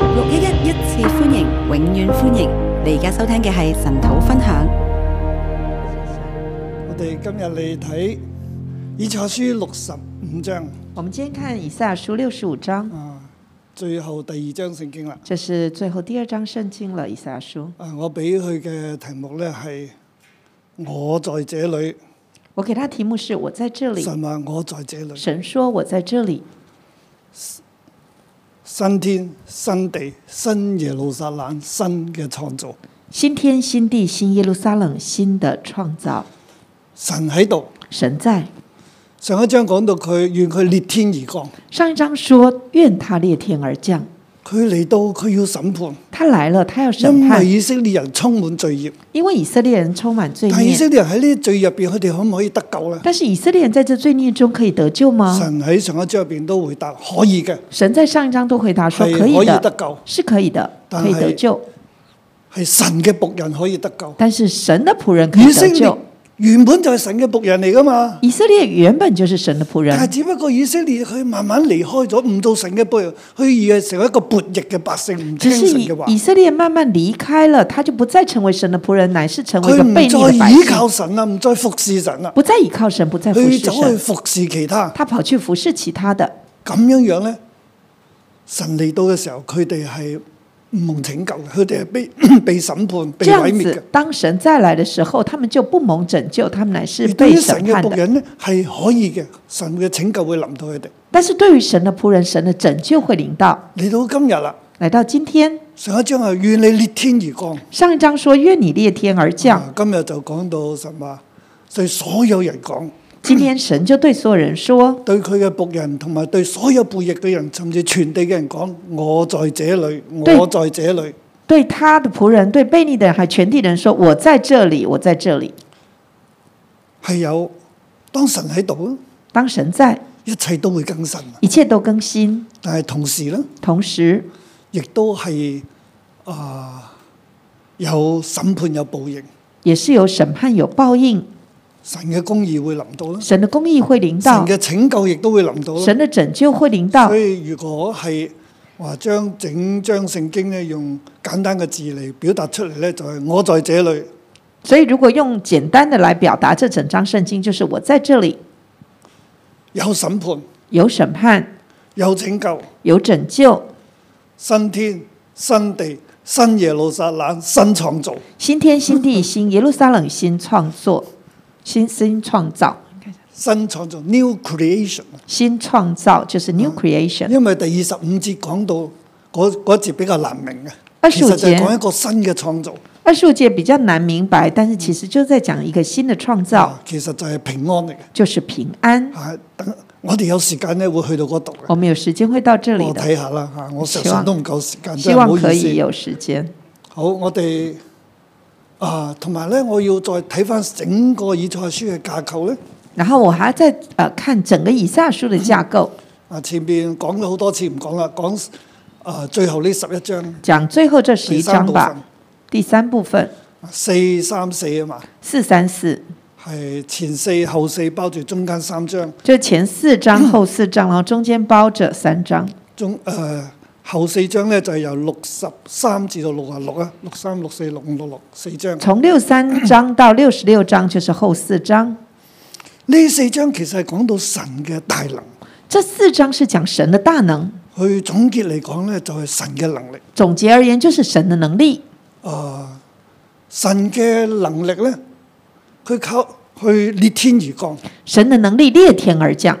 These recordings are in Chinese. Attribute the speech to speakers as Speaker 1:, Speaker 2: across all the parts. Speaker 1: 六一一一次歡迎，永遠歡迎！你而家收聽嘅係神土分享。
Speaker 2: 我哋今日嚟睇以賽書六十五章
Speaker 3: 我们今天看以赛亚书六十五章，
Speaker 2: 啊，最後第二章聖經啦。
Speaker 3: 这是最后第二章圣经了。以赛亚书，
Speaker 2: 啊，我俾佢嘅題目咧係我在這裡，
Speaker 3: 我给他题目是“我在这里
Speaker 2: 神話我在這”，裡，
Speaker 3: 神说我在这里，
Speaker 2: 新天新地新耶路撒冷新嘅創造，
Speaker 3: 新天新地新耶路撒冷新的创造，
Speaker 2: 神喺度。
Speaker 3: 神在。
Speaker 2: 上一章講到佢願佢裂天而降，
Speaker 3: 上一章说愿他裂天而降，
Speaker 2: 佢嚟到佢要審判，
Speaker 3: 他来了，他要审
Speaker 2: 因為
Speaker 3: 判，
Speaker 2: 以色列人充滿罪孽。
Speaker 3: 因为以色列人充满罪
Speaker 2: 但以色
Speaker 3: 孽。
Speaker 2: 列人喺呢啲罪入邊，佢哋可唔可以得救咧？
Speaker 3: 但是以色列人在这罪孽中可以得救吗？
Speaker 2: 神喺上一章入邊都回答可以嘅，
Speaker 3: 神在上一章都回答说
Speaker 2: 係
Speaker 3: 可
Speaker 2: 可
Speaker 3: 以
Speaker 2: 以哎得
Speaker 3: 的，
Speaker 2: 救，
Speaker 3: 是可以的，
Speaker 2: 但
Speaker 3: 可以
Speaker 2: 係
Speaker 3: 得救。
Speaker 2: 係神嘅仆人可以得救。
Speaker 3: 但是神的仆人可
Speaker 2: 以
Speaker 3: 以
Speaker 2: 色
Speaker 3: 得
Speaker 2: 列
Speaker 3: 救。
Speaker 2: 原本就係神嘅仆人嚟噶嘛，
Speaker 3: 以色列原本就是神的仆人
Speaker 2: 但，係只不過以色列佢慢慢離開咗，唔到神嘅仆人，佢而係成為一個悖逆嘅百姓，唔
Speaker 3: 只
Speaker 2: 聽
Speaker 3: 是
Speaker 2: 神
Speaker 3: 以
Speaker 2: 嘅話，
Speaker 3: 以色列慢慢离开了，他就不再成为神的仆人，乃是成为一
Speaker 2: 佢
Speaker 3: 个
Speaker 2: 唔
Speaker 3: 悖逆的
Speaker 2: 再
Speaker 3: 百
Speaker 2: 依
Speaker 3: 姓，
Speaker 2: 靠神啊啦，唔再服侍神啦，
Speaker 3: 不再依靠神，不再服侍
Speaker 2: 佢走去
Speaker 3: 神，
Speaker 2: 服侍其他，
Speaker 3: 他跑去服侍其他的。
Speaker 2: 咁樣樣咧，神嚟到嘅時候，佢哋係唔蒙拯救嘅，佢哋係被被 審判、被
Speaker 3: 这样
Speaker 2: 毀滅嘅
Speaker 3: 子。，当神再来的時候，他们就不蒙拯救，他们乃是
Speaker 2: 而對
Speaker 3: 被
Speaker 2: 於神
Speaker 3: 审
Speaker 2: 嘅
Speaker 3: 判
Speaker 2: 仆
Speaker 3: 的。
Speaker 2: 人咧係可以嘅，神嘅拯救會臨到佢哋。
Speaker 3: 但是对于神的仆人，神的拯救会临到。
Speaker 2: 嚟到今日啦，
Speaker 3: 来到今天，
Speaker 2: 上一章係願你裂天而降。
Speaker 3: 上一章说愿你裂天而降，
Speaker 2: 啊今日就講到神話，對所有人講，
Speaker 3: 今天神就對所有人说，
Speaker 2: 對佢嘅仆人同埋對所有背逆嘅人，甚至全地嘅人講：我在這裏，
Speaker 3: 對
Speaker 2: 我在這裏。
Speaker 3: 对他的仆人、对悖逆的人还全地人说，我在这里，我在这里。
Speaker 2: 係有當神喺度，啊
Speaker 3: 当神在，
Speaker 2: 一切都會更新。啊
Speaker 3: 一切都更新。
Speaker 2: 但係同時咧，
Speaker 3: 同时
Speaker 2: 亦都係啊有審判有報應，
Speaker 3: 也是有审判有报应，
Speaker 2: 神嘅公義會臨到啦，
Speaker 3: 神的公义会临
Speaker 2: 神
Speaker 3: 到，
Speaker 2: 嘅拯救亦都會臨到啦。
Speaker 3: 神的拯救会临到
Speaker 2: 所。以如果係話將整章聖經咧用簡單嘅字嚟表達出嚟咧，就係、我在這裏。
Speaker 3: 所以如果用简单的来表达这整章圣经，就是我在这里
Speaker 2: 有審判，
Speaker 3: 有审判，
Speaker 2: 有拯救，
Speaker 3: 有拯救，
Speaker 2: 新天、新地、新耶路撒冷、新創造。
Speaker 3: 新天新地新耶路撒冷新创作，新新创造，
Speaker 2: 新創造 （new creation），啊
Speaker 3: 新创造就是 new creation。
Speaker 2: 因為第二十五節講到嗰嗰節比較難明嘅，其
Speaker 3: 25
Speaker 2: 實就係
Speaker 3: 節
Speaker 2: 講一個新嘅創造，
Speaker 3: 二十五节比较难明白，但是其实就在讲一个新的创造，
Speaker 2: 啊其實就係平安嚟嘅。
Speaker 3: 就是平安。
Speaker 2: 嚇，等我哋有時間咧會去到嗰度嘅，
Speaker 3: 我们有时间会到这里
Speaker 2: 我
Speaker 3: 的，
Speaker 2: 睇下啦嚇，我實
Speaker 3: 希
Speaker 2: 上
Speaker 3: 望
Speaker 2: 都唔夠時間，
Speaker 3: 希
Speaker 2: 真係
Speaker 3: 望
Speaker 2: 唔好
Speaker 3: 可
Speaker 2: 意
Speaker 3: 以
Speaker 2: 思。
Speaker 3: 有时间。
Speaker 2: 好，我哋啊，同埋咧，我要再睇翻整個以賽亞書嘅架構咧。
Speaker 3: 然后我还在呃看整个以赛亚书的架构，
Speaker 2: 啊，前面講咗好多次唔講啦，講啊最後呢十一章
Speaker 3: 讲最后这十
Speaker 2: 第
Speaker 3: 一
Speaker 2: 哦三
Speaker 3: 章
Speaker 2: 部分啊
Speaker 3: 吧，第三部分
Speaker 2: 四三四啊嘛，
Speaker 3: 四三四，
Speaker 2: 係前四後四包住中間三章，
Speaker 3: 就前四 章、后四章，然后中间包着三章，
Speaker 2: 中誒、呃、後四章咧就係由六十三至到六十六啊，六三六四六五六六四章。
Speaker 3: 从六三 章到六十六章就是后四章。
Speaker 2: 呢四章其實係講到神嘅大能，
Speaker 3: 这四章是讲神的大能，
Speaker 2: 佢總結嚟講咧就係、神嘅能力。
Speaker 3: 总结而言就是神的能力。
Speaker 2: 啊、神嘅能力咧，佢靠佢裂天而降，
Speaker 3: 神的能力裂天而降，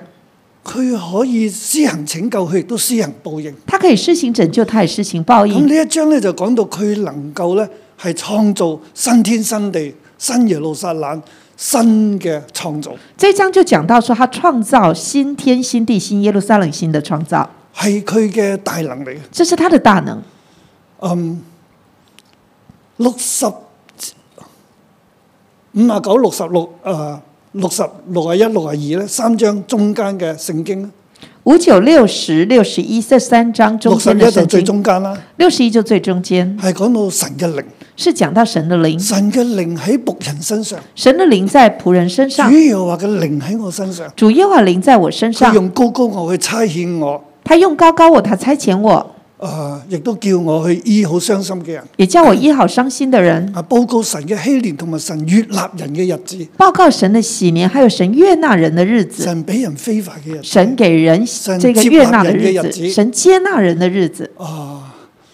Speaker 2: 佢可以施行拯救，佢亦都施行報應。
Speaker 3: 他可以施行拯救，他也施行报
Speaker 2: 咁
Speaker 3: 应。
Speaker 2: 呢一章咧就講到佢能夠咧係創造新天新地、新耶路撒冷、新嘅創造，
Speaker 3: 这一章就讲到说，他创造新天新地新耶路撒冷新的创造，
Speaker 2: 係佢嘅大能嚟嘅。
Speaker 3: 这是他的大能。
Speaker 2: 嗯，六十五啊九、六十六啊、六十六啊一、六啊二咧，三章中間嘅聖經，
Speaker 3: 五九六十六十一这三章中
Speaker 2: 六十
Speaker 3: 间的
Speaker 2: 一就
Speaker 3: 圣
Speaker 2: 最
Speaker 3: 经，
Speaker 2: 中間啦，
Speaker 3: 六十一就最中间，
Speaker 2: 係講到神嘅靈，
Speaker 3: 是讲到神的灵，
Speaker 2: 神嘅靈喺仆人身上，
Speaker 3: 神的灵在仆人身上
Speaker 2: 主，要話嘅靈喺我身上，
Speaker 3: 主耶和华灵在我身
Speaker 2: 佢
Speaker 3: 上，
Speaker 2: 用高高我去差遣我。
Speaker 3: 他用高高我，他差遣我，
Speaker 2: 啊、啊，亦都叫我去醫好傷心嘅人，
Speaker 3: 也叫我医好伤心的人，
Speaker 2: 啊，報告神嘅禧年同埋神悦納人嘅日子，
Speaker 3: 报告神的喜年，还有神悦纳人的日子，
Speaker 2: 神俾人非法嘅日子，
Speaker 3: 神给人
Speaker 2: 神
Speaker 3: 这个
Speaker 2: 接
Speaker 3: 悦
Speaker 2: 纳
Speaker 3: 纳的
Speaker 2: 人的
Speaker 3: 日
Speaker 2: 日
Speaker 3: 子，
Speaker 2: 子哦
Speaker 3: 神接纳人的日子，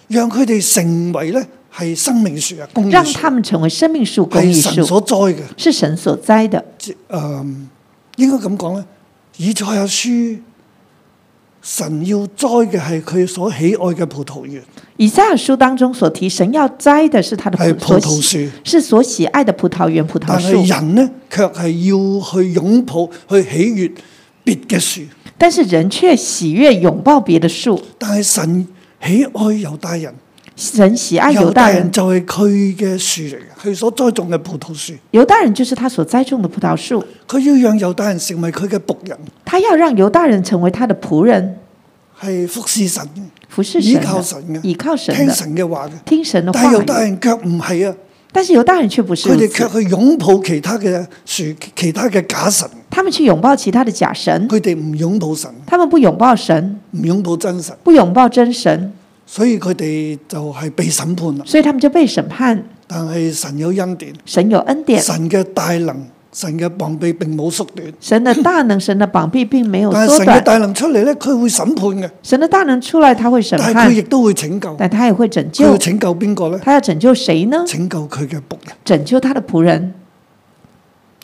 Speaker 2: 讓佢哋成為咧係生命樹啊，公益
Speaker 3: 让
Speaker 2: 樹
Speaker 3: 他们成为生命树、公益
Speaker 2: 係哎神
Speaker 3: 树，
Speaker 2: 所栽嘅。
Speaker 3: 是神所栽的。
Speaker 2: 誒、嗯，應該咁講咧，以賽亞書神要栽嘅係佢所喜愛嘅葡萄園，
Speaker 3: 以赛亚书当中所提，神要栽的是他的
Speaker 2: 係
Speaker 3: 葡
Speaker 2: 哎葡
Speaker 3: 所
Speaker 2: 萄
Speaker 3: 喜
Speaker 2: 樹，
Speaker 3: 是所喜爱的葡萄园、葡萄
Speaker 2: 但
Speaker 3: 树
Speaker 2: 係。人呢，卻係要去擁抱、去喜悦別嘅樹。
Speaker 3: 但是人却喜悦拥抱别的树。
Speaker 2: 但係神喜愛猶大人，
Speaker 3: 神喜爱犹
Speaker 2: 啊猶
Speaker 3: 大
Speaker 2: 大人
Speaker 3: 人，
Speaker 2: 就係佢嘅樹嚟嘅，佢所栽種嘅葡萄樹。
Speaker 3: 犹大人就是他所栽种的葡萄树。
Speaker 2: 佢要讓猶大人成為佢嘅仆人，
Speaker 3: 他要让犹大人成为他的仆人，
Speaker 2: 係服侍神
Speaker 3: 服
Speaker 2: 嘅，
Speaker 3: 侍
Speaker 2: 依
Speaker 3: 神
Speaker 2: 靠
Speaker 3: 的，
Speaker 2: 神嘅，
Speaker 3: 倚靠神
Speaker 2: 聽
Speaker 3: 的，
Speaker 2: 神嘅話嘅。
Speaker 3: 听神的
Speaker 2: 但係猶
Speaker 3: 话
Speaker 2: 大
Speaker 3: 语。
Speaker 2: 人卻唔係啊。
Speaker 3: 但是犹大人却不是
Speaker 2: 佢
Speaker 3: 如
Speaker 2: 哋卻
Speaker 3: 此，
Speaker 2: 去擁抱其他嘅樹、其他嘅假神，
Speaker 3: 他们去拥抱其他的假神，
Speaker 2: 佢哋唔擁抱神，
Speaker 3: 他们不拥抱神，
Speaker 2: 唔擁抱真神，
Speaker 3: 不拥抱真神，
Speaker 2: 所以佢哋就係被審判啦。
Speaker 3: 所以他们就被审判。
Speaker 2: 但係神有恩典，
Speaker 3: 神有恩典，
Speaker 2: 神嘅大能、神嘅膀臂並冇縮短，
Speaker 3: 神的大能，神的膀臂并没有
Speaker 2: 但係
Speaker 3: 缩
Speaker 2: 神嘅
Speaker 3: 短。
Speaker 2: 大能出嚟咧，佢會審判嘅，
Speaker 3: 神的大能出来，他会审
Speaker 2: 但係
Speaker 3: 判
Speaker 2: 佢亦，都會拯救。
Speaker 3: 但他也会拯
Speaker 2: 佢要
Speaker 3: 救。
Speaker 2: 拯救邊個咧？
Speaker 3: 他要拯救谁呢？
Speaker 2: 拯救佢嘅仆人。
Speaker 3: 拯救他的仆人。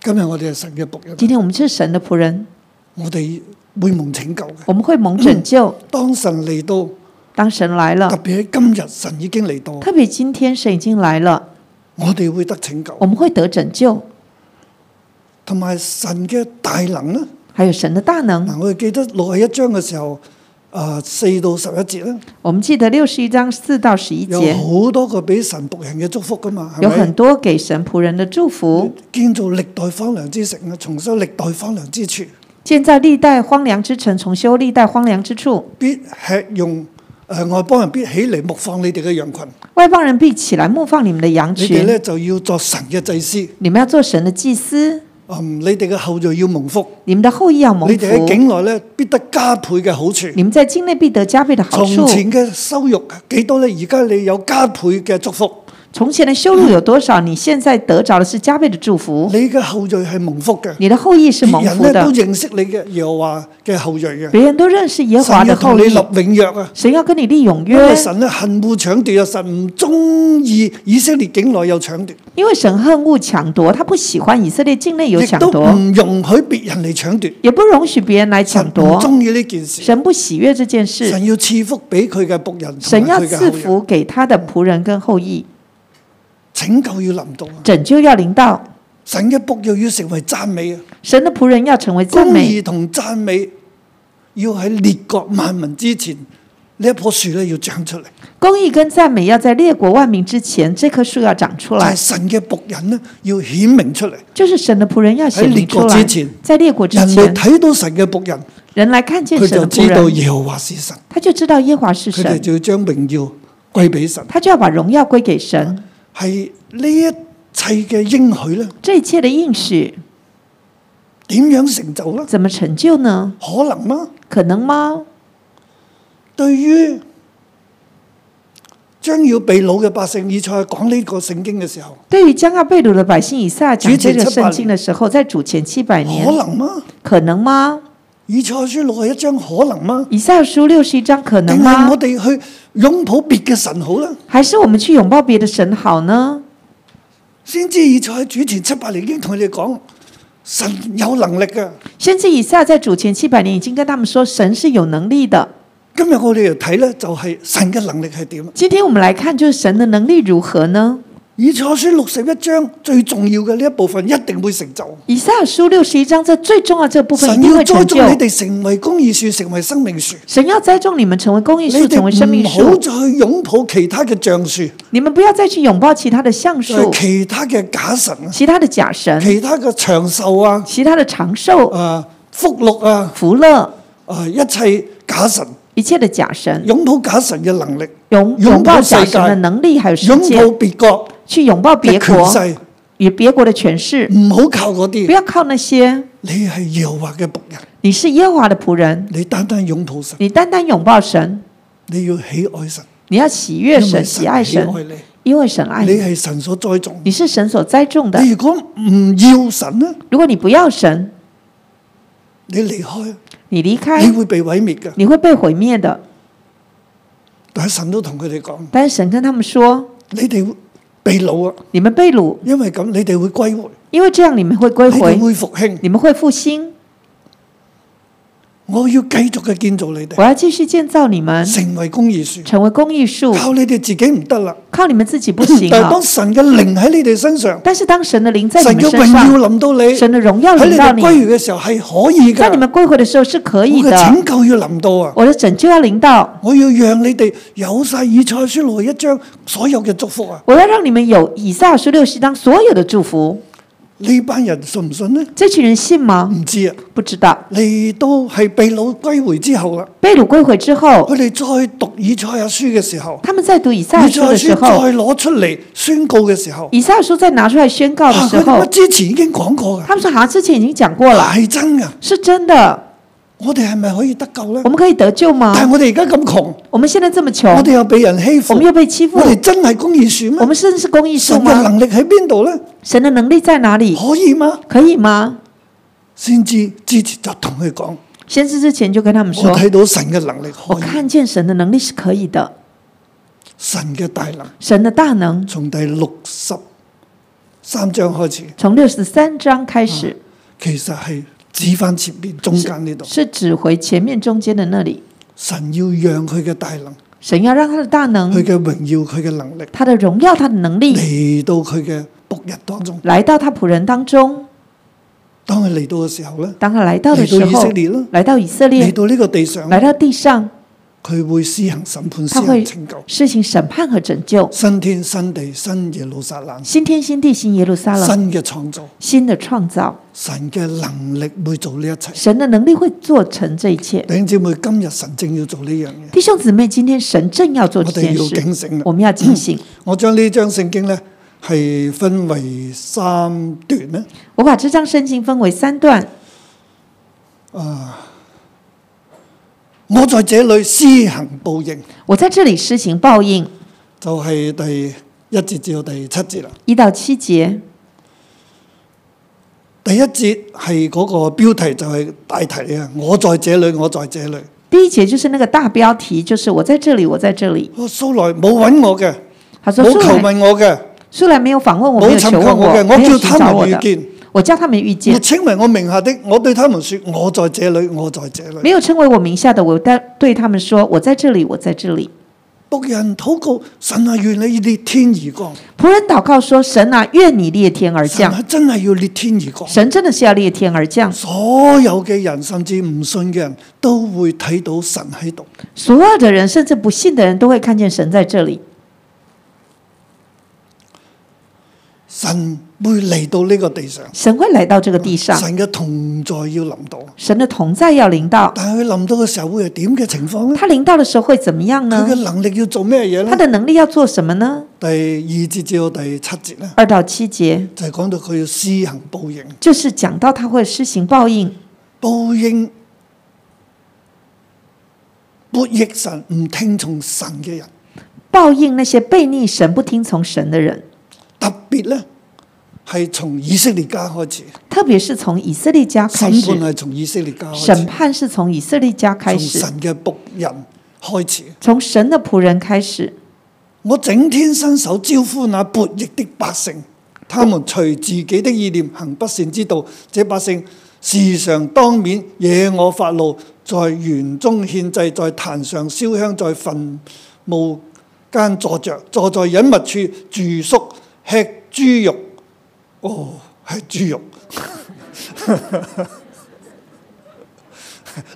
Speaker 2: 今日我哋係神嘅仆人，
Speaker 3: 今天我们是神的仆人，
Speaker 2: 我哋會蒙拯救嘅。
Speaker 3: 我们会蒙拯救。
Speaker 2: 當神嚟到，
Speaker 3: 当神来
Speaker 2: 特
Speaker 3: 了，
Speaker 2: 別喺今日，神已經嚟到，
Speaker 3: 特别今天神已经来了，
Speaker 2: 我哋會得拯救
Speaker 3: 我。们会得拯救，
Speaker 2: 同埋神嘅大能咧，
Speaker 3: 还有神的大能。
Speaker 2: 嗱，我哋記得六十一章嘅時候，啊、四到十一節咧，
Speaker 3: 我们记得六十一章四到十一
Speaker 2: 有
Speaker 3: 节，
Speaker 2: 好多個俾神仆人嘅祝福噶嘛，
Speaker 3: 有
Speaker 2: 係
Speaker 3: 很
Speaker 2: 咪？
Speaker 3: 多给神仆人的祝福，
Speaker 2: 建造歷代荒涼之城啊，重修歷代荒涼之處，
Speaker 3: 建造历代荒凉之城，重修历代荒凉之处。
Speaker 2: 必吃用誒、呃外邦人必起嚟牧放你哋嘅羊群，
Speaker 3: 外邦人必起来牧放你们的羊
Speaker 2: 你哋
Speaker 3: 群，
Speaker 2: 咧就要作神嘅祭司，
Speaker 3: 你们要做神的祭司，
Speaker 2: 嗯，你哋嘅後裔要蒙福，
Speaker 3: 你们的后裔要蒙
Speaker 2: 你哋喺
Speaker 3: 福，
Speaker 2: 境內咧必得加倍嘅好處。
Speaker 3: 你们在境内必得加倍的好
Speaker 2: 從
Speaker 3: 处。
Speaker 2: 前嘅羞辱幾多咧？而家你有加倍嘅祝福，
Speaker 3: 从前的羞辱有多少，你现在得着的是加倍的祝福。
Speaker 2: 你嘅後裔係蒙福嘅。
Speaker 3: 你的后裔是蒙
Speaker 2: 嗯人
Speaker 3: 福
Speaker 2: 咧
Speaker 3: 的
Speaker 2: 都，認識你嘅耶和華嘅後裔嘅，
Speaker 3: 别人都认识耶和华
Speaker 2: 神
Speaker 3: 的
Speaker 2: 要同
Speaker 3: 后
Speaker 2: 你
Speaker 3: 裔。
Speaker 2: 立永約啊！
Speaker 3: 神要跟你立永
Speaker 2: 因
Speaker 3: 约
Speaker 2: 為，神咧恨惡搶奪啊，神唔中意以色列境內有搶奪，
Speaker 3: 因为神恨恶抢夺，他不喜欢以色列境内有
Speaker 2: 亦
Speaker 3: 抢
Speaker 2: 都
Speaker 3: 夺，
Speaker 2: 唔容許別人嚟搶奪。
Speaker 3: 也不容许别人来
Speaker 2: 神
Speaker 3: 抢
Speaker 2: 唔
Speaker 3: 夺。
Speaker 2: 中意呢件事，
Speaker 3: 神不喜悦这件事，
Speaker 2: 神要賜福俾佢嘅仆人同
Speaker 3: 神
Speaker 2: 埋
Speaker 3: 要
Speaker 2: 佢
Speaker 3: 赐
Speaker 2: 嘅後人，
Speaker 3: 福给他的仆人跟后裔，
Speaker 2: 拯救要臨到啊！
Speaker 3: 拯救要临到。
Speaker 2: 神嘅仆又要成為讚美啊！
Speaker 3: 神的仆人要成为赞
Speaker 2: 公
Speaker 3: 美，
Speaker 2: 義同讚美要喺列國萬民之前，呢一棵樹咧要長出嚟。
Speaker 3: 公义跟赞美要在列国万民之前，这棵树要长出
Speaker 2: 但
Speaker 3: 来
Speaker 2: 係，神嘅仆人咧要顯明出嚟。
Speaker 3: 就是神的仆人要显明出
Speaker 2: 在列
Speaker 3: 来
Speaker 2: 国之前。
Speaker 3: 在列国之
Speaker 2: 人哋
Speaker 3: 前，
Speaker 2: 睇到神嘅仆人，
Speaker 3: 人来看见
Speaker 2: 佢
Speaker 3: 神
Speaker 2: 就
Speaker 3: 的仆
Speaker 2: 知道
Speaker 3: 人，
Speaker 2: 耶和華是神，
Speaker 3: 他就知道耶和华是
Speaker 2: 佢哋
Speaker 3: 神，
Speaker 2: 就要將榮耀歸俾神。
Speaker 3: 他就要把荣耀归给神。
Speaker 2: 係呢一切嘅應許咧，
Speaker 3: 这一切的应许
Speaker 2: 點樣成就咧？
Speaker 3: 怎么成就呢？
Speaker 2: 可能嗎？
Speaker 3: 可能吗？
Speaker 2: 對於將要被擄嘅百姓以賽講呢個聖經嘅時候，
Speaker 3: 对于将要被掳的百姓以撒讲
Speaker 2: 主
Speaker 3: 这
Speaker 2: 前
Speaker 3: 个
Speaker 2: 700
Speaker 3: 圣经的时候，在主前七百
Speaker 2: 可
Speaker 3: 年，
Speaker 2: 能嗎？
Speaker 3: 可能吗？
Speaker 2: 以賽書六十一章可能嗎？
Speaker 3: 以撒书六十一章可能
Speaker 2: 定係
Speaker 3: 吗
Speaker 2: 我？哋去擁抱別嘅神好啦？
Speaker 3: 还是我们去拥抱别的神好呢？
Speaker 2: 先知以賽喺主前七八年已經同佢哋講，神有能力嘅。
Speaker 3: 甚至以撒在主前七百年已经跟他们说，神是有能力的。
Speaker 2: 今日我哋嚟睇咧，就係神嘅能力係點？啊
Speaker 3: 今天我们来看，就是神的能力如何呢？
Speaker 2: 以賽書六十一章最重要嘅呢一部分一定會成就。
Speaker 3: 以撒书六十一章这最重要的这部分一
Speaker 2: 神
Speaker 3: 定
Speaker 2: 要
Speaker 3: 会成
Speaker 2: 栽
Speaker 3: 就
Speaker 2: 種。你哋成為公義樹，成為生命樹。
Speaker 3: 神要栽种你们，成为公益
Speaker 2: 你
Speaker 3: 树，
Speaker 2: 哋
Speaker 3: 成为生命
Speaker 2: 唔好
Speaker 3: 树。
Speaker 2: 再去擁抱其他嘅橡樹，
Speaker 3: 你们不要再去拥抱其他的橡
Speaker 2: 就
Speaker 3: 树
Speaker 2: 係、其他嘅假神啊，
Speaker 3: 其他的假神、
Speaker 2: 其他嘅長壽啊，
Speaker 3: 其他的长寿、
Speaker 2: 啊福禄啊，
Speaker 3: 福乐、
Speaker 2: 啊一切假神，
Speaker 3: 一切的假神，
Speaker 2: 擁抱假神嘅能力，
Speaker 3: 拥
Speaker 2: 拥
Speaker 3: 拥
Speaker 2: 抱
Speaker 3: 抱
Speaker 2: 世界
Speaker 3: 假神的能力，还有世
Speaker 2: 擁
Speaker 3: 界，
Speaker 2: 抱別國
Speaker 3: 去拥抱别
Speaker 2: 嘅權
Speaker 3: 国
Speaker 2: 勢，
Speaker 3: 与别国的权势，
Speaker 2: 唔好靠嗰
Speaker 3: 不
Speaker 2: 啲。
Speaker 3: 要靠那些。
Speaker 2: 你係耶和華嘅仆人，
Speaker 3: 你是耶和华的仆人，
Speaker 2: 你單單擁抱神，
Speaker 3: 你单单拥抱神，
Speaker 2: 你要喜愛神，
Speaker 3: 你要喜
Speaker 2: 因
Speaker 3: 悦
Speaker 2: 為
Speaker 3: 神，
Speaker 2: 神
Speaker 3: 喜爱
Speaker 2: 喜
Speaker 3: 神
Speaker 2: 愛，你，
Speaker 3: 因为神爱
Speaker 2: 你
Speaker 3: 你，
Speaker 2: 係神所栽種。
Speaker 3: 你是神所栽种的
Speaker 2: 你。如果唔要神咧，
Speaker 3: 如果你不要神，
Speaker 2: 你離開，
Speaker 3: 你离开，
Speaker 2: 你會被毀滅嘅。
Speaker 3: 你会被毁灭的。
Speaker 2: 但係神都同佢哋講：
Speaker 3: 但是神跟他们说，
Speaker 2: 你哋會被掳啊，
Speaker 3: 你们被掳，
Speaker 2: 因為咁你哋會歸回，
Speaker 3: 因为这样你们会归
Speaker 2: 你哋
Speaker 3: 回，
Speaker 2: 會復興。
Speaker 3: 你们会复兴。
Speaker 2: 我要繼續嘅建造你
Speaker 3: 我
Speaker 2: 哋，
Speaker 3: 要继续建造你们，
Speaker 2: 成為公義樹。
Speaker 3: 成为公益树，
Speaker 2: 靠你哋自己唔得啦。
Speaker 3: 靠你们自己 不
Speaker 2: 但
Speaker 3: 行
Speaker 2: 係
Speaker 3: 啊。
Speaker 2: 當神嘅靈喺你哋身上，
Speaker 3: 但是当神的灵在
Speaker 2: 神
Speaker 3: 你
Speaker 2: 嘅榮
Speaker 3: 们身上，
Speaker 2: 耀臨到你，
Speaker 3: 神的荣耀
Speaker 2: 喺你
Speaker 3: 临到
Speaker 2: 哋
Speaker 3: 你，
Speaker 2: 歸回嘅時候係可以
Speaker 3: 在你
Speaker 2: 㗎。
Speaker 3: 们归回的时候是可以
Speaker 2: 我嘅
Speaker 3: 的。
Speaker 2: 拯救要臨到啊！
Speaker 3: 我的拯救要临到，
Speaker 2: 我要讓你哋有晒以賽書路一章所有嘅祝福啊！
Speaker 3: 我要让你们有以赛亚书六十章所有的祝福。
Speaker 2: 呢班人信唔信呢？
Speaker 3: 这群人信吗？
Speaker 2: 唔知啊！
Speaker 3: 不知道。
Speaker 2: 你都係被掳歸回之後啦，
Speaker 3: 被掳归回之后，
Speaker 2: 佢哋再讀以賽亞書嘅時候，
Speaker 3: 他们在读以赛亚
Speaker 2: 以
Speaker 3: 书
Speaker 2: 賽
Speaker 3: 的
Speaker 2: 亞
Speaker 3: 时
Speaker 2: 書
Speaker 3: 候，
Speaker 2: 再攞出嚟宣告嘅時候，
Speaker 3: 以赛亚书再拿出来宣告
Speaker 2: 啊
Speaker 3: 的时
Speaker 2: 佢哋
Speaker 3: 候
Speaker 2: 乜，之前已經講過㗎，
Speaker 3: 他们说好像之前已经讲过了，
Speaker 2: 係真㗎。
Speaker 3: 是真的。
Speaker 2: 我哋係咪可以得救呢
Speaker 3: 我？们可以得救吗？
Speaker 2: 但係我哋而家咁窮，
Speaker 3: 我们现在这么穷，
Speaker 2: 我哋又被人欺
Speaker 3: 我
Speaker 2: 負，
Speaker 3: 们又被欺负
Speaker 2: 我，哋真係公義樹
Speaker 3: 我
Speaker 2: 咩？
Speaker 3: 们真的是啊公益
Speaker 2: 神
Speaker 3: 树
Speaker 2: 嘅
Speaker 3: 吗？
Speaker 2: 能力哦喺邊度呢？
Speaker 3: 神的能力在哪里？
Speaker 2: 可以嗎？
Speaker 3: 可以吗？
Speaker 2: 先知之前就同佢講，
Speaker 3: 先知之前就跟他们
Speaker 2: 我
Speaker 3: 说，
Speaker 2: 睇到神嘅能力
Speaker 3: 我
Speaker 2: 可以。
Speaker 3: 看见神的能力是可以的，
Speaker 2: 神嘅大能，
Speaker 3: 神的大能
Speaker 2: 從第六十三章開始，
Speaker 3: 从六十三章开
Speaker 2: 嗯
Speaker 3: 始，
Speaker 2: 其實係指翻前面中間呢度。
Speaker 3: 是指回前面中间的那里。
Speaker 2: 神要讓佢嘅大能、
Speaker 3: 神要让他的大
Speaker 2: 佢
Speaker 3: 能、
Speaker 2: 嘅榮耀、佢嘅能力
Speaker 3: 他的荣耀、他的能力
Speaker 2: 嚟到佢嘅仆人當中。
Speaker 3: 来到他仆人当中。
Speaker 2: 當佢嚟到嘅時候咧，
Speaker 3: 当他来到的
Speaker 2: 嚟
Speaker 3: 时
Speaker 2: 到以
Speaker 3: 候
Speaker 2: 色，列啦，
Speaker 3: 来到以色
Speaker 2: 嚟
Speaker 3: 列，
Speaker 2: 到呢個地上，
Speaker 3: 来到地上，
Speaker 2: 佢會施行審判、施
Speaker 3: 他
Speaker 2: 行
Speaker 3: 会
Speaker 2: 拯救。
Speaker 3: 施行审判和拯救。
Speaker 2: 新天、新地、新耶路撒冷，
Speaker 3: 新天新地，新耶路撒冷，
Speaker 2: 新嘅創造，
Speaker 3: 新的创造，
Speaker 2: 神嘅能力會做呢一切。
Speaker 3: 神的能力会做成这一切。
Speaker 2: 弟兄姊妹，今日神正要做呢樣嘢，
Speaker 3: 弟兄姊妹，今天神正要做这
Speaker 2: 我哋
Speaker 3: 件
Speaker 2: 要
Speaker 3: 事，
Speaker 2: 警醒啦
Speaker 3: 我。们要警醒。
Speaker 2: 我將呢張聖經咧係分為三段咧，
Speaker 3: 我把这张圣经分为三段。
Speaker 2: 我在這裏施行報應，
Speaker 3: 我在这里施行报应，
Speaker 2: 就係、第一節至到第七節啦。
Speaker 3: 一到七节。
Speaker 2: 第一節係嗰個標題就係大題嚟啊！我在這裏，我在這裏。
Speaker 3: 第一节就是那个大标题，就是我在这里，我在这里。
Speaker 2: 我哦素來冇揾我嘅，
Speaker 3: 他说：“
Speaker 2: 冇
Speaker 3: 素
Speaker 2: 求
Speaker 3: 来
Speaker 2: 問我嘅，
Speaker 3: 素来没有访问我，没
Speaker 2: 冇
Speaker 3: 有
Speaker 2: 尋
Speaker 3: 求
Speaker 2: 求
Speaker 3: 问
Speaker 2: 我嘅，
Speaker 3: 没有
Speaker 2: 我叫
Speaker 3: 寻找
Speaker 2: 他
Speaker 3: 我
Speaker 2: 們遇
Speaker 3: 的，
Speaker 2: 見。
Speaker 3: 我叫他们遇
Speaker 2: 我
Speaker 3: 见，
Speaker 2: 稱為我名下的，我對他們說：我在這裏，我在這裏。
Speaker 3: 没有称为我名下的，我但对他们说：我在这里，我在这里。
Speaker 2: 仆人禱告，神啊，願你裂天而降。
Speaker 3: 仆人祷告说：神啊，愿你裂天而
Speaker 2: 神
Speaker 3: 降。
Speaker 2: 啊，真係要裂天而降。
Speaker 3: 神真的是要裂天而降，
Speaker 2: 所有嘅人，甚至唔信嘅人都會睇到神喺度。
Speaker 3: 所有的人，甚至不信的人都会看见神在这里。
Speaker 2: 神會嚟到呢個地上，
Speaker 3: 神会来到这个地上，
Speaker 2: 神嘅同在要臨到。
Speaker 3: 神的同在要临到。
Speaker 2: 但係佢臨到嘅時候會係點嘅情況呢？
Speaker 3: 他临到的时候会怎么样
Speaker 2: 佢
Speaker 3: 呢
Speaker 2: 嘅？能力要做咩嘢
Speaker 3: 他
Speaker 2: 呢？
Speaker 3: 的能力要做什么呢？
Speaker 2: 第二節至到第七節呢，
Speaker 3: 二到七节
Speaker 2: 就係、講到佢要施行報應。
Speaker 3: 就是讲到他会施行报应，
Speaker 2: 報應悖逆神、唔聽從神嘅人，
Speaker 3: 报应那些悖逆神、不听从神的人，
Speaker 2: 特別呢係從以色列家開始，
Speaker 3: 特别是从以色列家
Speaker 2: 審
Speaker 3: 开
Speaker 2: 判
Speaker 3: 始，
Speaker 2: 係從以色列家開
Speaker 3: 审
Speaker 2: 始，
Speaker 3: 判是从以色列家开
Speaker 2: 從
Speaker 3: 始，
Speaker 2: 神嘅仆人開始。
Speaker 3: 从神的仆人开始。
Speaker 2: 我整天伸手招呼那悖逆的百姓，他們隨自己的意念行不善之道。這百姓時常當面惹我發怒，在園中獻祭，在壇上燒香，在墳墓間坐着，坐在隱密處住宿，吃豬肉。哦，係豬肉。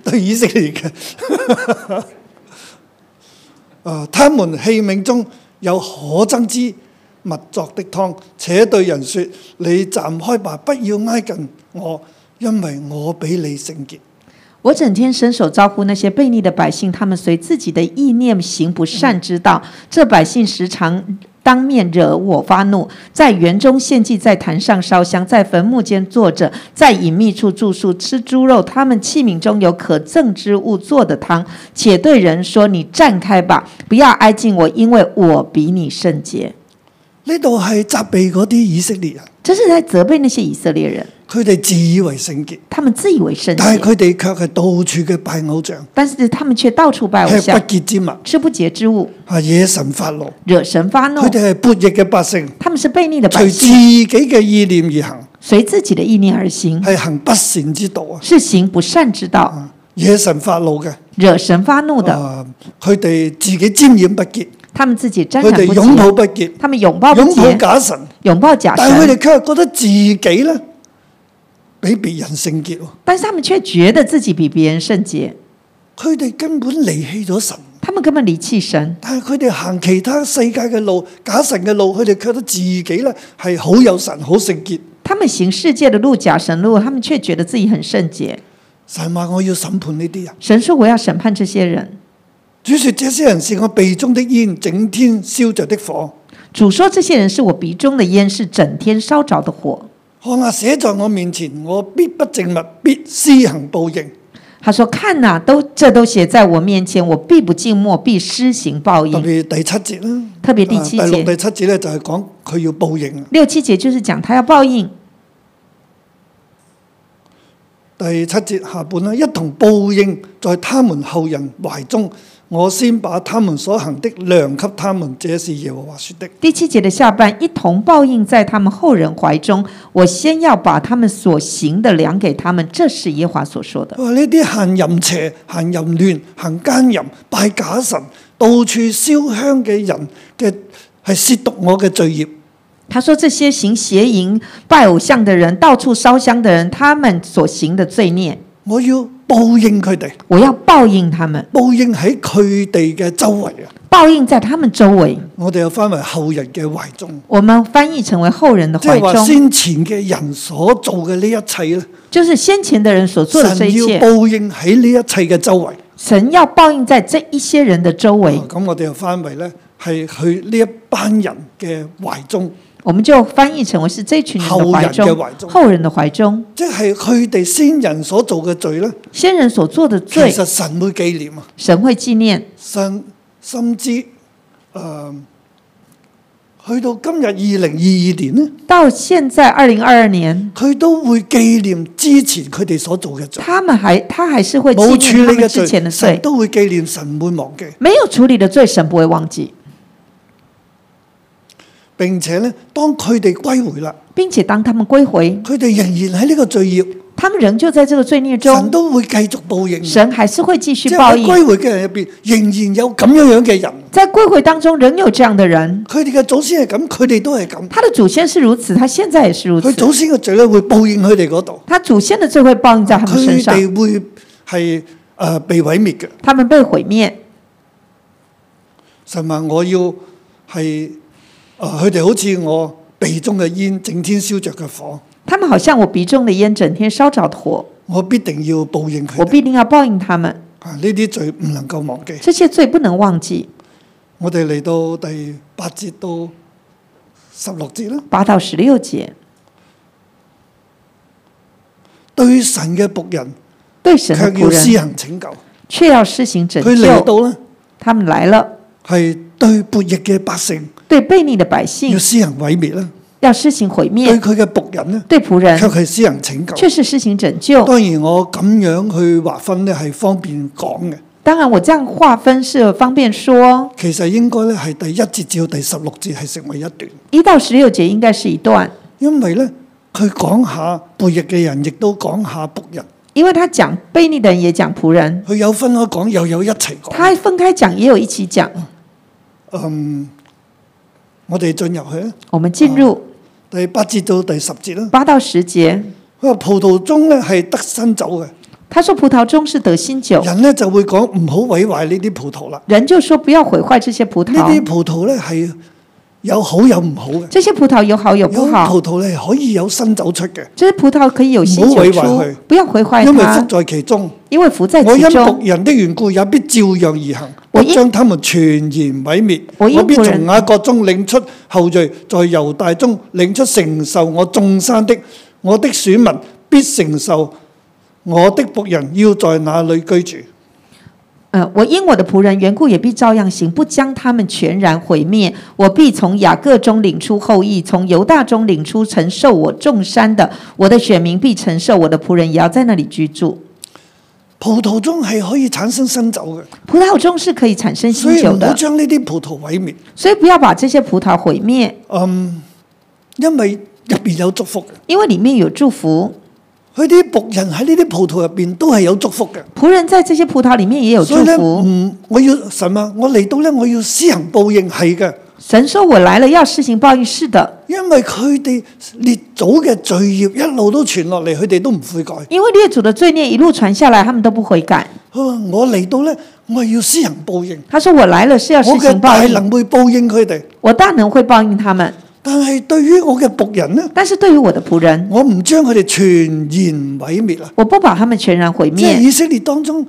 Speaker 2: 對以色列嘅。啊！他們器皿中有可憎之物作的湯，且對人說：你站開吧，不要挨近我，因為我比你聖潔。
Speaker 3: 我整天伸手招呼那些悖逆的百姓，他们随自己的意念行不善之道。这百姓时常当面惹我发怒，在园中献祭，在坛上烧香，在坟墓间坐着，在隐秘处住宿，吃猪肉。他们器皿中有可憎之物做的汤，且对人说：“你站开吧，不要挨近我，因为我比你圣洁。
Speaker 2: 呢度係責備嗰啲以色列人，”
Speaker 3: 这是在责备那些以色列人，
Speaker 2: 佢哋自以為聖潔，
Speaker 3: 他们自以为圣
Speaker 2: 但係
Speaker 3: 洁，
Speaker 2: 佢哋卻係到處嘅拜偶像，
Speaker 3: 但是他们却到处拜偶
Speaker 2: 吃不
Speaker 3: 像，
Speaker 2: 潔之物，
Speaker 3: 吃不洁之物，
Speaker 2: 啊惹神發怒。
Speaker 3: 惹神发怒
Speaker 2: 佢。哋係悖逆嘅百姓，
Speaker 3: 他们是悖逆的百
Speaker 2: 隨自
Speaker 3: 姓，
Speaker 2: 己嘅意念而行，
Speaker 3: 随自己的意念而行，
Speaker 2: 係行不善之道啊！
Speaker 3: 是行不善之道，
Speaker 2: 啊惹神發怒嘅，
Speaker 3: 惹神发怒的。
Speaker 2: 啊佢哋自己沾染不潔，
Speaker 3: 他们自己沾
Speaker 2: 佢
Speaker 3: 染
Speaker 2: 哋
Speaker 3: 不
Speaker 2: 擁抱
Speaker 3: 洁，
Speaker 2: 不潔，
Speaker 3: 他们拥抱不
Speaker 2: 擁抱
Speaker 3: 洁，
Speaker 2: 假神，
Speaker 3: 拥抱假
Speaker 2: 但係佢哋
Speaker 3: 神，
Speaker 2: 卻覺得自己咧比別人聖潔喎，
Speaker 3: 但是他们却觉得自己比別人圣洁，
Speaker 2: 佢哋根本離棄咗神。
Speaker 3: 他们根本离弃神。
Speaker 2: 但係佢哋行其他世界嘅路、假神嘅路，佢哋覺得自己咧係好有神、好聖潔。
Speaker 3: 他们行世界的路，假神路，他们却觉得自己很圣洁。
Speaker 2: 神話我要審判呢啲人。
Speaker 3: 神说：“我要审判这些人。
Speaker 2: 主說：這些人是我鼻中的煙，整天燒着的火。”
Speaker 3: 主说：“这些人是我鼻中的烟，是整天烧着的火。
Speaker 2: 看啊，寫在我面前，我必不靜默，必施行報應。”
Speaker 3: 他说：“看呐、都这都写在我面前，我必不静默，必施行报
Speaker 2: 特
Speaker 3: 应。
Speaker 2: 別第七節啦，”
Speaker 3: 嗯特别第七
Speaker 2: 啊第六、第
Speaker 3: 节、
Speaker 2: 七節咧就係講佢要報應。啊
Speaker 3: 六七节就是讲他要报应。
Speaker 2: 第七節下半啦，一同報應在他們後人懷中，我先把他們所行的量給他們，這是耶和華說的。
Speaker 3: 第七节的下半，一同报应在他们后人怀中。我先要把他们所行的量给他们，这是耶和华所说的。
Speaker 2: 佢話呢啲行淫邪、行淫亂、行奸淫、拜假神、到處燒香嘅人嘅係褻瀆我嘅罪孽。
Speaker 3: 他说：“这些行邪淫、拜偶像的人，到处烧香的人，他们所行的罪孽，
Speaker 2: 我要報應佢哋，
Speaker 3: 我要报应他们，
Speaker 2: 報應喺佢哋嘅周圍啊！
Speaker 3: 报应在他们周围。
Speaker 2: 我哋又翻為後人嘅懷中，”
Speaker 3: 我们翻译成为后人的
Speaker 2: 即
Speaker 3: 怀
Speaker 2: 係話
Speaker 3: 中，
Speaker 2: 先前嘅人所做嘅呢一切咧，
Speaker 3: 就是先前的人所做的这
Speaker 2: 神
Speaker 3: 一
Speaker 2: 要
Speaker 3: 切，
Speaker 2: 報應喺呢一切嘅周圍。
Speaker 3: 神要报应在这一些人的周围。
Speaker 2: 啊咁我哋又翻為咧係去呢一班人嘅懷中，
Speaker 3: 我们就翻译成为是这群人的怀
Speaker 2: 后人的怀中
Speaker 3: 中，后人的怀中，
Speaker 2: 即係佢哋先人所做嘅罪咧，
Speaker 3: 先人所做的
Speaker 2: 其
Speaker 3: 罪，
Speaker 2: 實神會紀念啊！
Speaker 3: 神会纪念。
Speaker 2: 甚甚至誒、呃去到今日二零二二年咧，
Speaker 3: 到現在二零二二年，
Speaker 2: 佢都會紀念之前佢哋所做嘅罪，
Speaker 3: 他们還他还是會紀
Speaker 2: 冇
Speaker 3: 念
Speaker 2: 處
Speaker 3: 他
Speaker 2: 理
Speaker 3: 們
Speaker 2: 嘅
Speaker 3: 之前的
Speaker 2: 罪，神
Speaker 3: 罪，
Speaker 2: 都會紀念，神唔會忘記。
Speaker 3: 沒有處理的罪，神不會忘記，
Speaker 2: 並且咧，當佢哋歸回啦，
Speaker 3: 並且當他們歸回，
Speaker 2: 佢哋仍然喺呢個罪孽，
Speaker 3: 他們仍舊在這個罪孽
Speaker 2: 神
Speaker 3: 中，
Speaker 2: 都會繼續報應。
Speaker 3: 神還是會繼
Speaker 2: 即
Speaker 3: 續
Speaker 2: 係
Speaker 3: 報
Speaker 2: 喺
Speaker 3: 應。
Speaker 2: 歸回嘅人入邊，仍然有咁樣樣嘅人，
Speaker 3: 在歸回當中，仍有這樣的人，
Speaker 2: 佢哋嘅祖先係咁，佢哋都係咁。
Speaker 3: 他的祖先是如此，他現在也是如
Speaker 2: 佢
Speaker 3: 此。
Speaker 2: 祖先嘅罪咧會報應佢哋嗰度，
Speaker 3: 他祖先的罪會報應在他們身
Speaker 2: 佢
Speaker 3: 上，
Speaker 2: 哋會係誒、呃被毀滅嘅。
Speaker 3: 他們被毀滅。
Speaker 2: 神話我要係啊，佢哋好似我鼻中嘅煙，整天燒着嘅火，
Speaker 3: 他們好像我鼻中的煙，整天燒着的火，
Speaker 2: 我必定要報應佢
Speaker 3: 我
Speaker 2: 哋。
Speaker 3: 必定要報應他們。
Speaker 2: 啊，呢啲罪唔能夠忘記。
Speaker 3: 這些罪不能忘記。
Speaker 2: 我哋嚟到第八節到十六節啦，
Speaker 3: 八到十六節，
Speaker 2: 對神嘅仆人
Speaker 3: 對神
Speaker 2: 卻
Speaker 3: 的僕
Speaker 2: 要施
Speaker 3: 人
Speaker 2: 行拯救。
Speaker 3: 却要施行拯
Speaker 2: 佢嚟
Speaker 3: 救。
Speaker 2: 到咧
Speaker 3: 他們來了，
Speaker 2: 係對悖逆嘅百姓
Speaker 3: 對悖逆的百
Speaker 2: 要
Speaker 3: 姓
Speaker 2: 施行毀滅啦，
Speaker 3: 要施行
Speaker 2: 對
Speaker 3: 毀滅，
Speaker 2: 佢嘅仆人咧
Speaker 3: 對仆人
Speaker 2: 卻係施行拯
Speaker 3: 卻
Speaker 2: 救。
Speaker 3: 是施行拯救。
Speaker 2: 當然我咁樣去劃分咧係方便講嘅，
Speaker 3: 當然，我這樣劃分是方便說，
Speaker 2: 其實應該咧係第一節至到第十六節係成為一段。
Speaker 3: 一到十六節應該是一段，
Speaker 2: 因為咧，佢講下背逆嘅人，亦都講下仆人，
Speaker 3: 因為他講悖逆的人也講仆人，
Speaker 2: 佢有分開講，又有一齊講。
Speaker 3: 他分開講也有一起講。
Speaker 2: 嗯，我哋進入去啊，
Speaker 3: 我們進入
Speaker 2: 第八節到第十節啦。
Speaker 3: 八到十節，
Speaker 2: 佢話葡萄中咧係得新酒嘅，
Speaker 3: 他說葡萄中是得新酒，
Speaker 2: 人咧就會講唔好毀壞呢啲葡萄啦。
Speaker 3: 人就說不要毀壞這些葡
Speaker 2: 呢啲
Speaker 3: 萄，
Speaker 2: 葡萄咧係有好有唔好嘅。
Speaker 3: 这些葡萄有好有
Speaker 2: 有
Speaker 3: 不好，
Speaker 2: 葡萄咧可以有新走出嘅，
Speaker 3: 这些葡萄可以有新
Speaker 2: 唔好
Speaker 3: 酒
Speaker 2: 毁
Speaker 3: 出
Speaker 2: 坏佢，
Speaker 3: 不要毁坏
Speaker 2: 因為福
Speaker 3: 它，
Speaker 2: 在其中。
Speaker 3: 因为福在
Speaker 2: 我
Speaker 3: 其
Speaker 2: 因
Speaker 3: 中
Speaker 2: 仆。人的緣故，也必照樣而行，
Speaker 3: 我
Speaker 2: 不
Speaker 3: 因
Speaker 2: 將他們全然毀滅。
Speaker 3: 我因
Speaker 2: 我必
Speaker 3: 仆人
Speaker 2: 從雅各中領出後裔，在猶大中領出承受我眾山的。我的選民必承受我的仆人要在那裏居住。
Speaker 3: 呃，我因我的仆人缘故，也必照样行，不将他们全然毁灭。我必从雅各中领出后裔，从犹大中领出承受我众山的。我的选民必承受我的仆人，也要在那里居住。
Speaker 2: 葡萄中係可以產生新酒嘅，
Speaker 3: 葡萄中是可以产生
Speaker 2: 所
Speaker 3: 新
Speaker 2: 以
Speaker 3: 酒
Speaker 2: 唔好
Speaker 3: 的，
Speaker 2: 將呢啲葡萄毀滅。
Speaker 3: 所以不要把这些葡萄毁灭，
Speaker 2: 嗯，因為入邊有祝福嘅，
Speaker 3: 因为里面有祝福。
Speaker 2: 佢啲仆人喺呢啲葡萄入邊都係有祝福嘅。
Speaker 3: 仆人在这些葡萄里面也有
Speaker 2: 所
Speaker 3: 祝
Speaker 2: 以咧，
Speaker 3: 福。
Speaker 2: 唔，我要神啊，我嚟到咧，我要施行報應係嘅。
Speaker 3: 神说：“我来了，要施行报应。”是的，
Speaker 2: 因為佢哋列祖嘅罪孽一路都傳落嚟，佢哋都唔悔改。
Speaker 3: 因为列祖的罪孽一路传下来，他们都不悔改。
Speaker 2: 佢話：我嚟到呢，我係要施行報應，
Speaker 3: 他说：“我来了是要施
Speaker 2: 我嘅
Speaker 3: 行报
Speaker 2: 大
Speaker 3: 应，
Speaker 2: 能會報應佢哋。
Speaker 3: 我大能会报应他们。
Speaker 2: 但係對於我嘅仆人呢，
Speaker 3: 但是对于我的仆人，
Speaker 2: 我唔將佢哋全然毀滅啊！
Speaker 3: 我不把他们全然毁
Speaker 2: 即係
Speaker 3: 灭。
Speaker 2: 以色列當中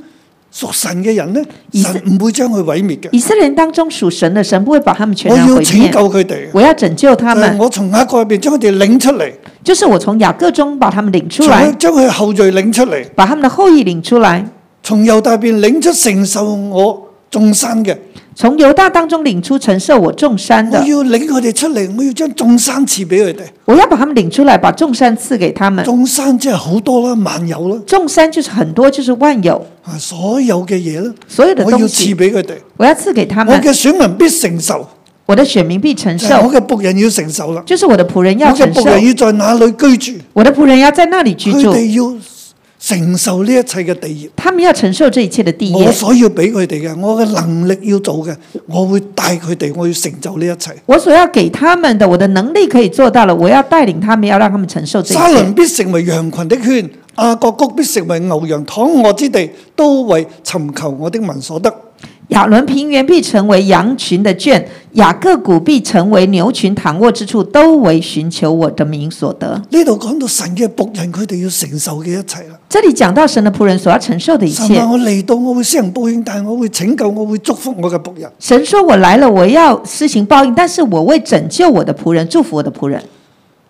Speaker 2: 屬神嘅人呢，
Speaker 3: 以色
Speaker 2: 神唔會將佢毀滅嘅。
Speaker 3: 以色列人当中属神的，神不会把他们全
Speaker 2: 我
Speaker 3: 然
Speaker 2: 要
Speaker 3: 毁
Speaker 2: 拯
Speaker 3: 灭
Speaker 2: 救。佢哋，
Speaker 3: 我要拯救他
Speaker 2: 就係
Speaker 3: 们，
Speaker 2: 我從雅各入邊將佢哋領出嚟，
Speaker 3: 就是我從雅各中把他们领出
Speaker 2: 從
Speaker 3: 来
Speaker 2: 佢，將佢後裔領出嚟，
Speaker 3: 把他们的后裔领出来，
Speaker 2: 從猶大邊領出承受我眾山嘅。
Speaker 3: 从犹大当中领出承受我众山
Speaker 2: 我
Speaker 3: 的。
Speaker 2: 要領佢哋出嚟，我要將眾山賜俾佢哋。
Speaker 3: 我要把他们領出来，把众山赐給他们。
Speaker 2: 眾山即係好多啦，萬有啦，
Speaker 3: 众山就是很多，就是万有，
Speaker 2: 啊，所有嘅嘢啦，
Speaker 3: 所有的
Speaker 2: 我要
Speaker 3: 东
Speaker 2: 賜
Speaker 3: 西，
Speaker 2: 俾佢哋。
Speaker 3: 我要赐给他
Speaker 2: 我
Speaker 3: 们。
Speaker 2: 嘅選民必承受，
Speaker 3: 我的选民必承
Speaker 2: 就係我
Speaker 3: 受，
Speaker 2: 嘅仆人要承受啦。
Speaker 3: 就是我的仆人
Speaker 2: 我
Speaker 3: 要
Speaker 2: 嘅
Speaker 3: 承受
Speaker 2: 仆，人要在哪裏居住？
Speaker 3: 我的仆人要在那里居
Speaker 2: 佢
Speaker 3: 住，
Speaker 2: 哋要承受呢一切嘅地業。
Speaker 3: 他们要承受这一切的地
Speaker 2: 我
Speaker 3: 业。
Speaker 2: 所要俾佢哋嘅，我嘅能力要做嘅，我會帶佢哋，我要成就呢一切。
Speaker 3: 我所要给他们的，我的能力可以做到了，我要带领他们，要让他们承受这一
Speaker 2: 沙倫
Speaker 3: 切。
Speaker 2: 必成為羊群的圈，亞各谷必成為牛羊躺卧之地，都為尋求我的民所得。
Speaker 3: 亚伦平原必成为羊群的圈，雅各谷必成为牛群躺卧之处，都为寻求我的名所得。
Speaker 2: 呢度講到神嘅仆人，佢哋要承受嘅一切啦。
Speaker 3: 这里讲到神的仆人所要承受的一
Speaker 2: 神啊
Speaker 3: 切
Speaker 2: 話。我嚟到，我會施行報應，但係我會拯救，我會祝福我嘅仆人。
Speaker 3: 神说：“我来了，我要施行报应，但是我为拯救我的仆人，祝福我的仆人。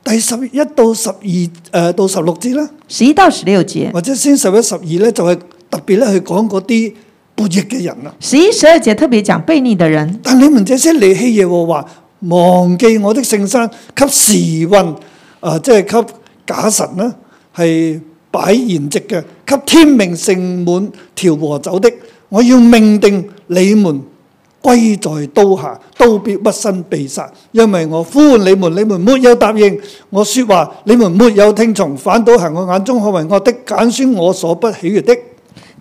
Speaker 2: 第十一到十二誒、呃到十六節啦，”
Speaker 3: 十一到十六节，
Speaker 2: 或者先十一、十二咧，就係、特別咧去講嗰啲悖逆嘅人啦。
Speaker 3: 十一、十二节特別講悖逆的人，
Speaker 2: 但你們這些離棄耶和華，忘記我的聖山，給時運啊、即係給假神啦，係擺筵席嘅，給天命盛滿調和酒的。我要命定你們歸在刀下，刀必屈身被殺，因為我呼喚你們，你們沒有答應我説話，你們沒有聽從，反倒行我眼中看為惡的，揀選我所不喜悦的。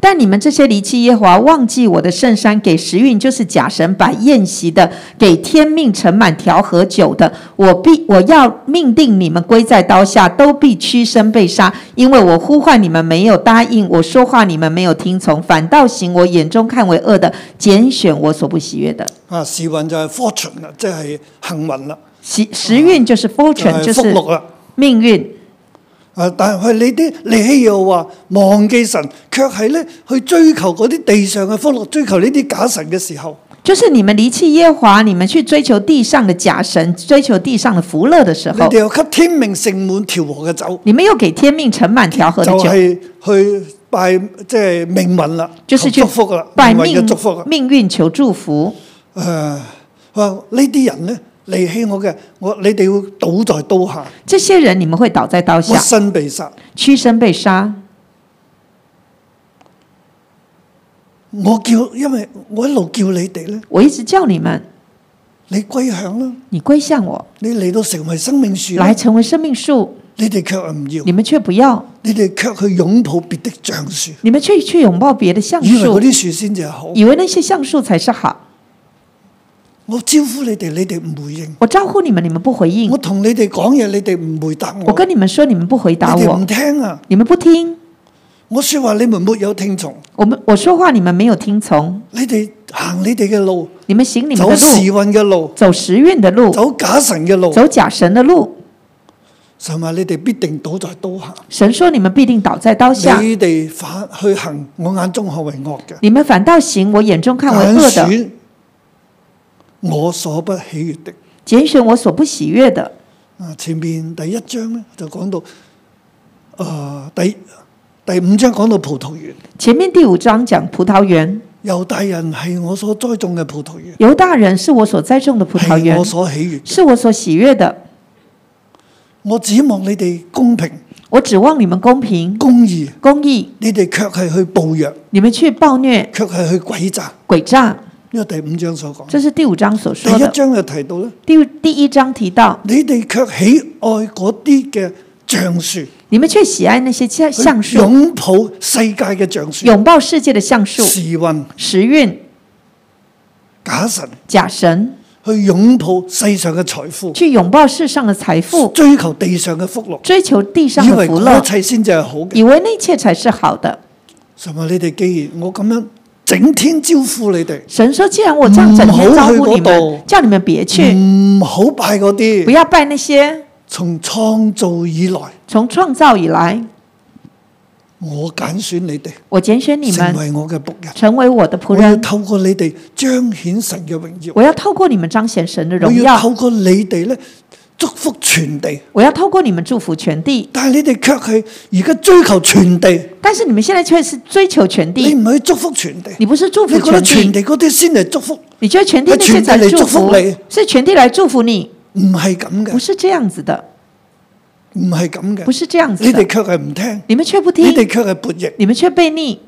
Speaker 3: 但你们这些离弃耶和华，忘记我的圣山，给时运就是假神摆宴席的，给天命盛满调和酒的，我必我要命定你们归在刀下，都必屈身被杀，因为我呼唤你们没有答应，我说话你们没有听从，反倒行我眼中看为恶的，拣选我所不喜悦的。
Speaker 2: 啊，時運就係 fortune 啦，即係幸運啦，
Speaker 3: 时时运就是 fortune，
Speaker 2: 就
Speaker 3: 就
Speaker 2: 係福
Speaker 3: 是
Speaker 2: 祿啦。
Speaker 3: 命运。
Speaker 2: 啊！但係你啲你希又話忘記神，卻係咧去追求嗰啲地上嘅福樂，追求呢啲假神嘅時候，
Speaker 3: 就是你们离弃耶和华，你们去追求地上的假神，追求地上的福乐的时
Speaker 2: 你
Speaker 3: 候
Speaker 2: 哋，又給天命盛滿調和嘅酒，
Speaker 3: 你们又给天命盛满调和的
Speaker 2: 就
Speaker 3: 酒，
Speaker 2: 係去拜即係命運啦，
Speaker 3: 就是去
Speaker 2: 求祝福啦，
Speaker 3: 拜
Speaker 2: 命運
Speaker 3: 命
Speaker 2: 嘅祝福啦。
Speaker 3: 命运求祝福。
Speaker 2: 誒、話呢啲人咧離棄我嘅，我你哋要倒在刀下，
Speaker 3: 这些人你们会倒在刀
Speaker 2: 屈
Speaker 3: 下，
Speaker 2: 身被殺。
Speaker 3: 屈身被杀。
Speaker 2: 我叫，因為我一路叫你哋咧，
Speaker 3: 我一直叫你们，
Speaker 2: 你歸向啦，
Speaker 3: 你归向我，
Speaker 2: 你嚟到成為生命樹啦，
Speaker 3: 来成为生命树，
Speaker 2: 你哋卻係唔要
Speaker 3: 你，们却不要，
Speaker 2: 你哋卻去擁抱別的橡樹。
Speaker 3: 你们却去拥抱别的橡
Speaker 2: 以為嗰
Speaker 3: 树，
Speaker 2: 啲樹先至係好。
Speaker 3: 以为那些橡树才是好。
Speaker 2: 我招呼你哋，你哋唔回應；
Speaker 3: 我招呼你们，你们不回应
Speaker 2: 我；同你哋講嘢，你哋唔回答
Speaker 3: 嗯我
Speaker 2: 我。
Speaker 3: 跟你们说，你们不回答
Speaker 2: 你哋唔
Speaker 3: 我，
Speaker 2: 聽啊！
Speaker 3: 你们不听。
Speaker 2: 我说话你们没有听从，
Speaker 3: 我们我说话你们没有听从，
Speaker 2: 你哋行你哋嘅路，
Speaker 3: 你们行你们
Speaker 2: 走
Speaker 3: 的
Speaker 2: 时
Speaker 3: 路，
Speaker 2: 运嘅路，
Speaker 3: 走时运的路，
Speaker 2: 走假神嘅路，
Speaker 3: 走假神的路。
Speaker 2: 神话你哋必定倒在刀下。
Speaker 3: 神说你们必定倒在刀下，
Speaker 2: 你哋反去行我眼中看为惡嘅，
Speaker 3: 你们反倒行我眼中看为恶
Speaker 2: 揀
Speaker 3: 的，
Speaker 2: 選我所不喜悦的。
Speaker 3: 拣选我所不喜悦的。
Speaker 2: 啊，前面第一章咧就講到，啊、第第五章講到葡萄園，
Speaker 3: 前面第五章讲葡萄园，
Speaker 2: 猶大人係我所栽種嘅葡萄園，
Speaker 3: 犹大人是我所栽种的葡萄
Speaker 2: 係
Speaker 3: 园
Speaker 2: 哎我，所喜悦。
Speaker 3: 是我所喜悦的。
Speaker 2: 我指望你哋公平
Speaker 3: 我指望你们公平、
Speaker 2: 公義，
Speaker 3: 公义，
Speaker 2: 你哋卻係去暴虐，
Speaker 3: 你们去暴虐、
Speaker 2: 卻係去詭詐。
Speaker 3: 诡诈。
Speaker 2: 呢、個第五章所講。
Speaker 3: 这是第五章所
Speaker 2: 第
Speaker 3: 说
Speaker 2: 一
Speaker 3: 的。
Speaker 2: 哎章就提到咧，
Speaker 3: 第第一章提到，
Speaker 2: 你哋卻喜愛嗰啲嘅橡樹。
Speaker 3: 你们却喜爱那些
Speaker 2: 哎
Speaker 3: 橡橡树，
Speaker 2: 擁抱世界嘅橡樹，
Speaker 3: 拥抱世界的橡树，
Speaker 2: 時運
Speaker 3: 时运、
Speaker 2: 假神
Speaker 3: 假神，
Speaker 2: 去擁抱世上嘅財富，
Speaker 3: 去拥抱世上的财富，
Speaker 2: 追求地上嘅福樂，
Speaker 3: 追求地上
Speaker 2: 以
Speaker 3: 的
Speaker 2: 為
Speaker 3: 福
Speaker 2: 嗰
Speaker 3: 乐
Speaker 2: 一，切先至係好嘅。
Speaker 3: 以为那一切才是好的。
Speaker 2: 神話你哋既然我咁樣整天招呼你哋，
Speaker 3: 神说：“既然我这样整天招呼你
Speaker 2: 唔好嗯去嗰
Speaker 3: 们
Speaker 2: 度，嗯叫
Speaker 3: 叫你们别去，
Speaker 2: 唔好拜嗰
Speaker 3: 不
Speaker 2: 啲
Speaker 3: 要拜那些
Speaker 2: 從創造以來
Speaker 3: 从创造以来
Speaker 2: 我揀選你哋，
Speaker 3: 我拣选你
Speaker 2: 成
Speaker 3: 们
Speaker 2: 為我嘅仆人。
Speaker 3: 成为我的仆
Speaker 2: 我要
Speaker 3: 人，
Speaker 2: 透過你哋彰顯神嘅榮耀，
Speaker 3: 我要透过你们彰显神的
Speaker 2: 我
Speaker 3: 荣
Speaker 2: 要透
Speaker 3: 耀，
Speaker 2: 過你哋咧祝福全地。
Speaker 3: 我要透过你们祝福全地。
Speaker 2: 但係你哋卻係而家追求全地，
Speaker 3: 但是你们现在却是追求全
Speaker 2: 你
Speaker 3: 地，
Speaker 2: 唔去祝福全地。
Speaker 3: 你不是祝
Speaker 2: 你
Speaker 3: 福
Speaker 2: 覺得
Speaker 3: 全
Speaker 2: 全
Speaker 3: 地，
Speaker 2: 地嗰啲先係祝福，唔
Speaker 3: 你觉得全地那些才是祝福
Speaker 2: 全地嚟祝福，
Speaker 3: 是全地来祝福你，
Speaker 2: 係咁
Speaker 3: 不
Speaker 2: 嘅，
Speaker 3: 是这样子的，
Speaker 2: 唔係咁
Speaker 3: 不
Speaker 2: 嘅。
Speaker 3: 是这样
Speaker 2: 你
Speaker 3: 子
Speaker 2: 哋
Speaker 3: 的。
Speaker 2: 卻係唔聽，
Speaker 3: 你们却不
Speaker 2: 你哋
Speaker 3: 听，
Speaker 2: 卻係悖逆。
Speaker 3: 你们却悖逆，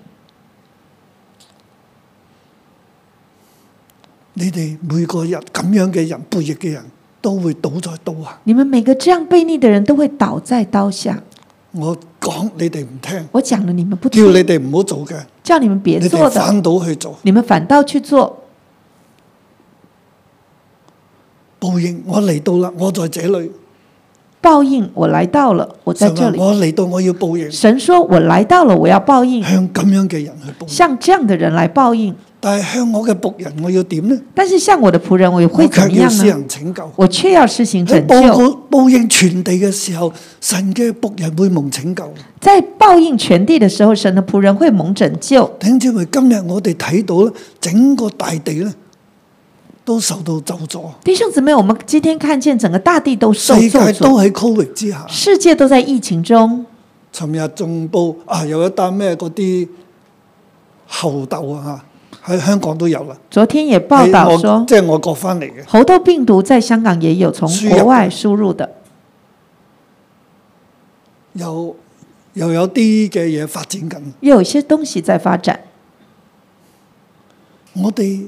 Speaker 2: 你哋每個人咁樣嘅人，悖逆嘅人都會倒在刀下。
Speaker 3: 你们每个这样悖逆的人都会倒在刀下。
Speaker 2: 我講你哋唔聽，
Speaker 3: 我讲了，你们不
Speaker 2: 叫你
Speaker 3: 听，
Speaker 2: 哋唔好做嘅，
Speaker 3: 叫你们别
Speaker 2: 你
Speaker 3: 做
Speaker 2: 哋
Speaker 3: 的。”
Speaker 2: 反倒去做，
Speaker 3: 你们反倒去做。
Speaker 2: 報應。我嚟到啦，我在這裏。
Speaker 3: 报应，我来到了，我在
Speaker 2: 神
Speaker 3: 这
Speaker 2: 話
Speaker 3: 里。
Speaker 2: 我嚟到，我要報應，
Speaker 3: 神说：“我来到了，我要报应，
Speaker 2: 向咁樣嘅人去報應。
Speaker 3: 向这样的人来报应。
Speaker 2: 但係向我嘅仆人，我要點呢？
Speaker 3: 但是向我的仆人，我
Speaker 2: 我
Speaker 3: 会
Speaker 2: 卻
Speaker 3: 怎么
Speaker 2: 要
Speaker 3: 样
Speaker 2: 施
Speaker 3: 呢？
Speaker 2: 行拯救。
Speaker 3: 我却要施行
Speaker 2: 喺
Speaker 3: 拯
Speaker 2: 報
Speaker 3: 救。
Speaker 2: 告報應全地嘅時候，神嘅仆人會蒙拯救。
Speaker 3: 在报应全地的时候，神的仆人会蒙拯救。
Speaker 2: 頂姐妹，今日我哋睇到咧，整個大地咧都受到咒詛，
Speaker 3: 弟兄姊妹，我们今天看见整个大地都受
Speaker 2: 世
Speaker 3: 咒
Speaker 2: 界都
Speaker 3: 诅，
Speaker 2: 喺 Covid 之下。
Speaker 3: 世界都在疫情中。
Speaker 2: 尋日仲報啊，有一單咩嗰啲猴痘啊，喺香港都有啦。
Speaker 3: 昨天也报道
Speaker 2: 喺哎我
Speaker 3: 说，
Speaker 2: 即係我國翻嚟嘅，
Speaker 3: 猴痘病毒在香港也有从
Speaker 2: 输入
Speaker 3: 国外输入的，
Speaker 2: 有又有啲嘅嘢發展緊。
Speaker 3: 又有一些东西在发展。
Speaker 2: 我哋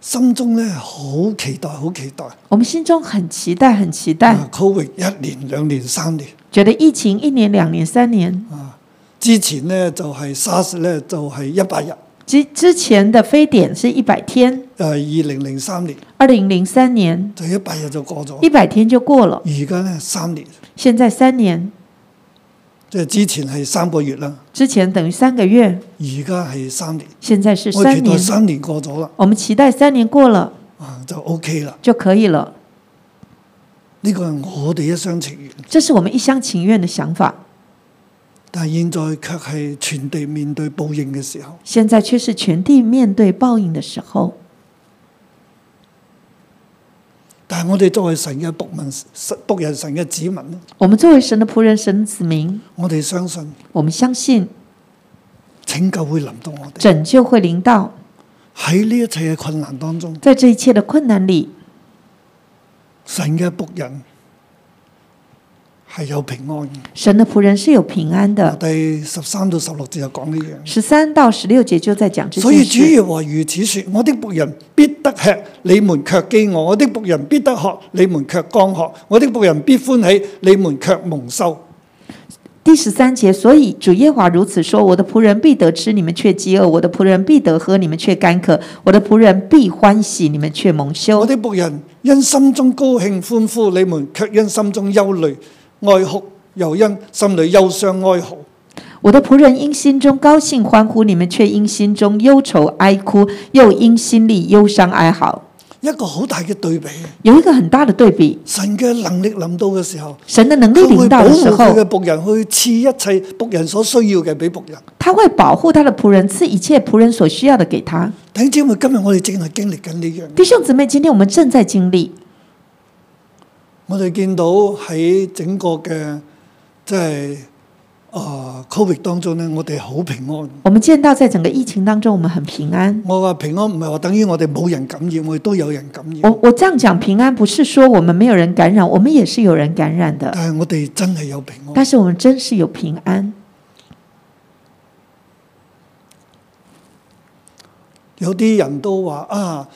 Speaker 2: 心中咧好期待，好期待。
Speaker 3: 我们心中很期待，很期待。
Speaker 2: 啊 Covid 一年、兩年、三年。
Speaker 3: 觉得疫情一年、两年、三年
Speaker 2: 之前咧就係 SARS 咧就係一百日，誒
Speaker 3: 之之前的非典是一百天，
Speaker 2: 二零零三年
Speaker 3: 二零零三年
Speaker 2: 就一百日就過咗
Speaker 3: 一，百天就过了，
Speaker 2: 而家咧三年，
Speaker 3: 现在三年
Speaker 2: 即係之前係三個月啦，
Speaker 3: 之前等于三个月，
Speaker 2: 而家係三年，
Speaker 3: 现在是
Speaker 2: 我期
Speaker 3: 三
Speaker 2: 待
Speaker 3: 年。
Speaker 2: 三年過咗啦，
Speaker 3: 我们期待三年过了
Speaker 2: 啊就 OK 啦，
Speaker 3: 就可以了，
Speaker 2: 呢個係我哋一廂情願，
Speaker 3: 这是我们一厢情愿的想法。
Speaker 2: 但係現在卻係全地面對報應嘅時候，
Speaker 3: 现在却是全地面对报应的时候。
Speaker 2: 但係我哋作為神嘅仆民、神仆人、神嘅子民咧，
Speaker 3: 我们作为神的仆人、神的子民，
Speaker 2: 我哋相信
Speaker 3: 我们相信
Speaker 2: 拯救會臨到我哋
Speaker 3: 拯救会临到。
Speaker 2: 喺呢一切嘅困難當中，
Speaker 3: 在这一切的困难里，
Speaker 2: 神嘅仆人係有平安嘅。
Speaker 3: 神的仆人是有平安的。
Speaker 2: 第十三到十六節就講呢樣。
Speaker 3: 十三到十六节就在讲这
Speaker 2: 所以
Speaker 3: 件
Speaker 2: 主
Speaker 3: 事。
Speaker 2: 耶和華如此說：我的僕人必得吃，你們卻飢餓；我的僕人必得喝，你們卻乾渴；我的僕人必歡喜，你們卻蒙羞。
Speaker 3: 第十三节，所以主耶和华如此说：我的仆人必得吃，你们却饥饿；我的仆人必得喝，你们却干渴；我的仆人必欢喜，你们却蒙
Speaker 2: 我
Speaker 3: 羞。
Speaker 2: 的僕人因心中高興歡呼，你們卻因心中憂慮哀哭，又因心裏憂傷哀嚎。
Speaker 3: 我的仆人因心中高兴欢呼，你们却因心中忧愁哀哭，又因心力忧伤哀嚎。
Speaker 2: 一個好大嘅對比。
Speaker 3: 有一个很大的对比，
Speaker 2: 神嘅能力臨到嘅時候，
Speaker 3: 神的能力
Speaker 2: 佢
Speaker 3: 临
Speaker 2: 會保
Speaker 3: 到的
Speaker 2: 護
Speaker 3: 时
Speaker 2: 佢嘅
Speaker 3: 候，
Speaker 2: 仆人，去賜一切仆人所需要嘅俾仆人。
Speaker 3: 他会保护他的仆人，赐一切仆人所需要的给他。
Speaker 2: 弟兄姊妹，今日我哋正係經歷緊呢樣嘢，
Speaker 3: 弟兄姊妹，今天我们正在经历，
Speaker 2: 我哋見到喺整個嘅即係啊 Covid 當中咧，我哋好平安。
Speaker 3: 我们见到在整个疫情当中，我们很平安。
Speaker 2: 我話平安唔係話等於我哋冇人感染，我哋都有人感染，
Speaker 3: 我我这样讲平安，不是说我们没有人感染，我们也是有人感染的，
Speaker 2: 但係我哋真係有平安。
Speaker 3: 但是我们真是有平安。
Speaker 2: 有啲人都話啊，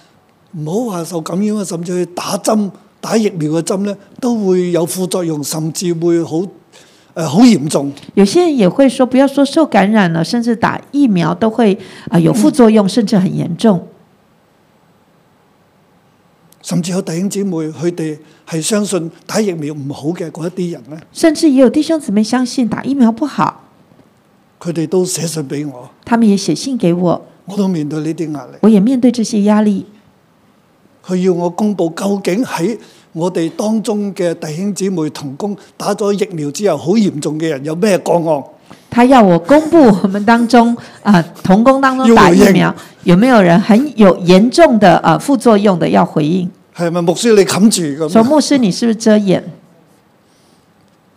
Speaker 2: 唔好話受感染啊，甚至去打針、打疫苗嘅針咧，都會有副作用，甚至會好誒好嚴重。
Speaker 3: 有些人也会说，不要说受感染了，甚至打疫苗都会啊、呃有副作用，甚至很严重。
Speaker 2: 甚至有弟兄姊妹佢哋係相信打疫苗唔好嘅嗰一啲人咧，
Speaker 3: 甚至也有弟兄姊妹相信打疫苗不好，
Speaker 2: 佢哋都寫信俾我，
Speaker 3: 他们也寫信给我，
Speaker 2: 我都面對呢啲壓力。
Speaker 3: 我也面对这些压力。
Speaker 2: 佢要我公佈究竟喺我哋當中嘅弟兄姊妹同工打咗疫苗之後好嚴重嘅人有咩個案？
Speaker 3: 他要我公布我们当中啊、呃童工当中打疫苗有没有人很有严重的啊、呃副作用的要回应。
Speaker 2: 係咪牧師你冚住
Speaker 3: 说
Speaker 2: 咁？
Speaker 3: 牧师，你是不是遮掩？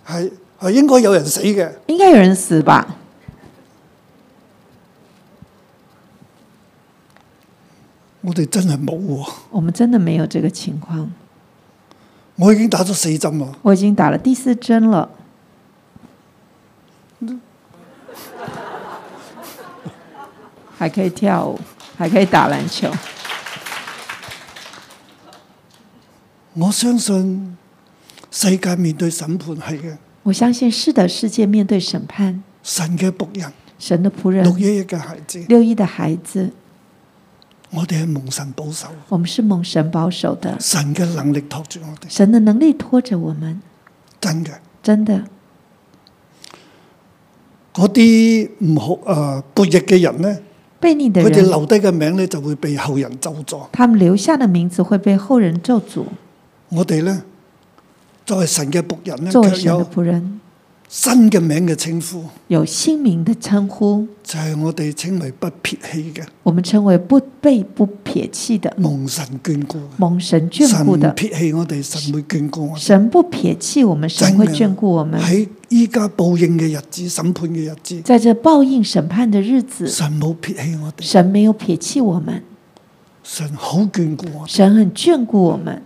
Speaker 2: 係係應該有人死嘅。
Speaker 3: 应该有人死吧？
Speaker 2: 我哋真係冇喎，
Speaker 3: 我们真的没有这个情况。
Speaker 2: 我已經打咗四針啦，
Speaker 3: 我已经打了第四 针了，还可以跳舞，还可以打篮球。
Speaker 2: 我相信世界面對審判係嘅，
Speaker 3: 我相信是的，世界面对审判，
Speaker 2: 神嘅仆人，
Speaker 3: 神的仆
Speaker 2: 六
Speaker 3: 人，
Speaker 2: 一一嘅孩子，
Speaker 3: 六一的孩子，
Speaker 2: 我哋係蒙神保守，
Speaker 3: 我们是蒙神保守的，
Speaker 2: 神嘅能力托住我哋，
Speaker 3: 神的能力拖着我们，
Speaker 2: 真嘅。
Speaker 3: 真的。
Speaker 2: 嗰啲唔好啊悖逆嘅人咧，
Speaker 3: 悖逆的
Speaker 2: 佢哋
Speaker 3: 人，
Speaker 2: 留低嘅名咧就會被後人咒詛。
Speaker 3: 他们留下的名字会被后人咒诅。
Speaker 2: 我哋咧作為神嘅仆人咧，
Speaker 3: 作为
Speaker 2: 卻
Speaker 3: 神的
Speaker 2: 有
Speaker 3: 仆人，
Speaker 2: 新嘅名嘅稱呼，
Speaker 3: 有姓名的称呼，
Speaker 2: 就係、我哋稱為不撇棄嘅
Speaker 3: 我们称为不被不撇弃的，
Speaker 2: 蒙神眷顧嘅。
Speaker 3: 蒙神眷
Speaker 2: 神
Speaker 3: 顾
Speaker 2: 唔
Speaker 3: 的。
Speaker 2: 撇棄我哋，神會眷顧我哋。
Speaker 3: 神不撇弃我们，神会眷顾我们。
Speaker 2: 喺依家報應嘅日子、審判嘅日子，
Speaker 3: 在这报应审判的日子，
Speaker 2: 神冇撇棄我哋，
Speaker 3: 神没有撇弃我们，
Speaker 2: 神好眷顧我哋。
Speaker 3: 神很眷顾我们。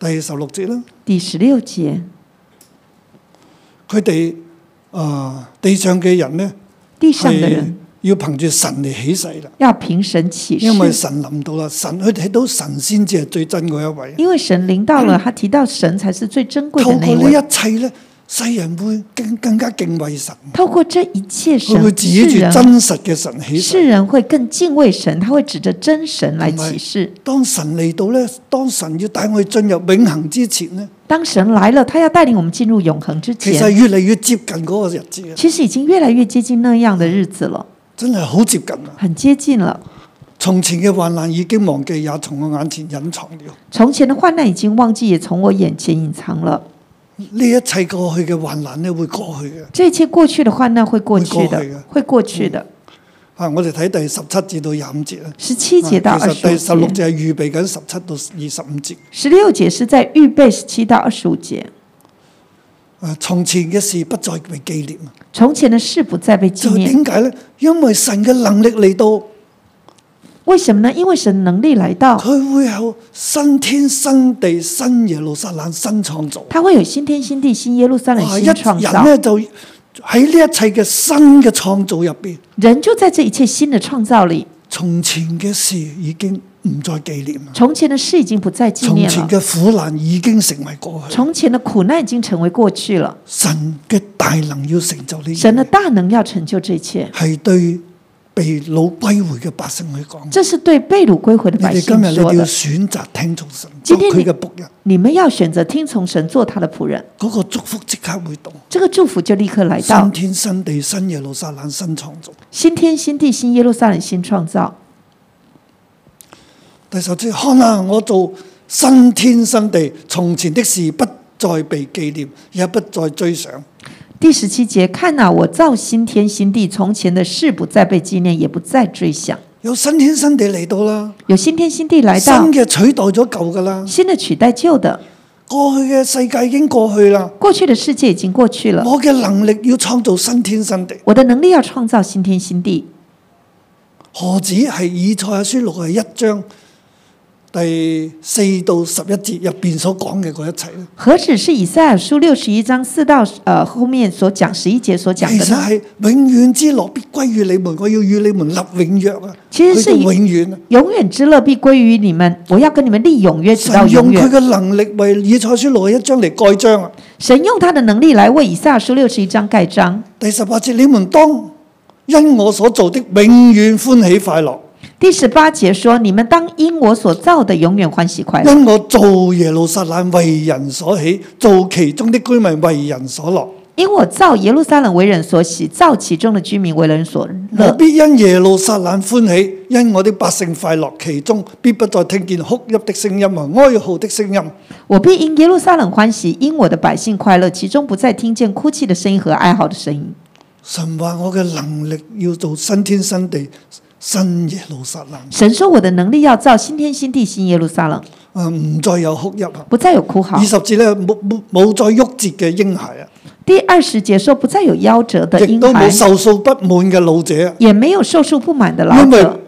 Speaker 2: 第十六節啦，
Speaker 3: 第十六节，
Speaker 2: 佢哋啊地上嘅人咧
Speaker 3: 地上的
Speaker 2: 係
Speaker 3: 人
Speaker 2: 要憑住神嚟起誓啦。
Speaker 3: 要凭神起誓
Speaker 2: 因，為神臨到啦，神佢睇到神先至係最真嗰一位。
Speaker 3: 因为神临到了，他提到神才是最珍贵
Speaker 2: 透
Speaker 3: 的
Speaker 2: 過
Speaker 3: 那一
Speaker 2: 呢
Speaker 3: 位。
Speaker 2: 一切咧，世人會更更加敬畏神，
Speaker 3: 透过这一切神
Speaker 2: 佢，會指
Speaker 3: 世
Speaker 2: 住
Speaker 3: 人
Speaker 2: 真實嘅神起
Speaker 3: 世
Speaker 2: 誓。
Speaker 3: 人会更敬畏神，他会指着真神来起誓。
Speaker 2: 當神嚟到咧，當神要帶我哋進入永恆之前咧，
Speaker 3: 当神来了，他要带领我们进入永恒之
Speaker 2: 其實
Speaker 3: 前，
Speaker 2: 越嚟越接近嗰個日子嘅，
Speaker 3: 其实已经越来越接近那样的日子了，
Speaker 2: 真係好接近啊！
Speaker 3: 很接近了。
Speaker 2: 從前嘅患難已經忘記，也從我眼前隱藏了。
Speaker 3: 从前的患难已经忘记，也从我眼前隐藏了。
Speaker 2: 呢一切過去嘅患難咧，會過去嘅。
Speaker 3: 这一切过去的患难会过去
Speaker 2: 会过去的
Speaker 3: 的，会过去的。
Speaker 2: 啊，我哋睇第十七至到廿五節啦。
Speaker 3: 十七
Speaker 2: 啊
Speaker 3: 节到
Speaker 2: 其
Speaker 3: 二
Speaker 2: 實第
Speaker 3: 十
Speaker 2: 十六
Speaker 3: 五节，
Speaker 2: 節係預備緊十七到二十五節。
Speaker 3: 十六节是在预备十七到二十五节。
Speaker 2: 啊，從前嘅事不再被紀念。
Speaker 3: 从前的事不再被纪
Speaker 2: 就
Speaker 3: 念，
Speaker 2: 點解呢？因為神嘅能力嚟到，
Speaker 3: 为什么呢？因为神能力来到，
Speaker 2: 佢會有新天新地、新耶路撒冷、新創造。
Speaker 3: 他会有新天新地、新耶路撒冷、
Speaker 2: 哇一
Speaker 3: 新创
Speaker 2: 人
Speaker 3: 造。
Speaker 2: 呢，就喺呢一切嘅新嘅創造入邊，
Speaker 3: 人就在这一切新的创造里。
Speaker 2: 從前嘅事已經唔再紀念啦，
Speaker 3: 从前的事已经不再纪
Speaker 2: 從
Speaker 3: 念
Speaker 2: 前
Speaker 3: 了，
Speaker 2: 嘅苦難已經成為過去。
Speaker 3: 从前的苦难已经成为过去了。
Speaker 2: 神嘅大能要成就呢樣嘢，
Speaker 3: 神的大能要成就这一切，
Speaker 2: 係對被掳歸回嘅百姓去講：
Speaker 3: 这是对被掳归回的
Speaker 2: 你
Speaker 3: 百
Speaker 2: 哋
Speaker 3: 姓
Speaker 2: 今日你
Speaker 3: 说
Speaker 2: 哋要
Speaker 3: 的。
Speaker 2: 選擇聽從神，
Speaker 3: 今
Speaker 2: 做
Speaker 3: 天
Speaker 2: 佢
Speaker 3: 你
Speaker 2: 嘅仆人，
Speaker 3: 你们要选择听从神，做他的仆人，
Speaker 2: 嗰、個祝福即刻會到。
Speaker 3: 这个祝福就立刻来到
Speaker 2: 新。天新地新耶路撒冷新創造。
Speaker 3: 新天新地新耶路撒冷新创造。
Speaker 2: 第十節，看啊，我做新天新地，從前的事不再被紀念，也不再追想。
Speaker 3: 第十七节，看呐、我造新天新地，从前的事不再被纪念，也不再追想。
Speaker 2: 有新天新地嚟到啦，
Speaker 3: 有新天新地来
Speaker 2: 新
Speaker 3: 到，
Speaker 2: 嘅取代咗舊噶啦，
Speaker 3: 新的取代旧的，
Speaker 2: 過去嘅世界已經過去啦。
Speaker 3: 过去的世界已经过去了。
Speaker 2: 我嘅能力要創造新天新地，
Speaker 3: 我的能力要创造新天新地，
Speaker 2: 何止係以賽亞書六係一章第四到十一節入邊所講嘅嗰一切咧？
Speaker 3: 何止是以赛亚书六十一章四到呃后面所讲十一节所
Speaker 2: 其
Speaker 3: 讲的
Speaker 2: 實
Speaker 3: 呢？
Speaker 2: 係永遠之樂必歸於你們，我要與你們立永約啊！
Speaker 3: 其實是
Speaker 2: 佢就永遠啊
Speaker 3: 永远之乐必归于你们，我要跟你们立永约，直到
Speaker 2: 神用
Speaker 3: 永
Speaker 2: 佢
Speaker 3: 远。
Speaker 2: 嘅能力為以賽亞書六係一章嚟蓋章啊！
Speaker 3: 神用他的能力来为以赛亚书六十一章盖章。
Speaker 2: 第十八節，你們當因我所做的永遠歡喜快樂，
Speaker 3: 第十八节说：“你们当因我所造的永远欢喜快乐，
Speaker 2: 因我做耶路撒冷為人所喜，做其中的居民為人所樂。
Speaker 3: 因我造耶路撒冷为人所喜，造其中的居民为人所
Speaker 2: 我
Speaker 3: 乐。
Speaker 2: 必因耶路撒冷歡喜，因我的百姓快樂，其中必不再聽見哭泣的聲音和哀號的聲音。
Speaker 3: 我必因耶路撒冷欢喜，因我的百姓快乐，其中不再听见哭泣的声音和哀嚎的声音。”
Speaker 2: 神話我嘅能力要做新天新地、新耶路撒冷，
Speaker 3: 神说：“我的能力要造新天新地新耶路撒冷，
Speaker 2: 啊唔再有哭泣啊！
Speaker 3: 不再有哭嚎
Speaker 2: 二。十節咧冇冇冇再喐折嘅嬰孩啊，”
Speaker 3: 第二十节说：“不再有夭折的
Speaker 2: 亦
Speaker 3: 婴
Speaker 2: 都
Speaker 3: 孩
Speaker 2: 冇，受數不滿嘅老者啊，
Speaker 3: 也没有受数不满的老
Speaker 2: 因為
Speaker 3: 者，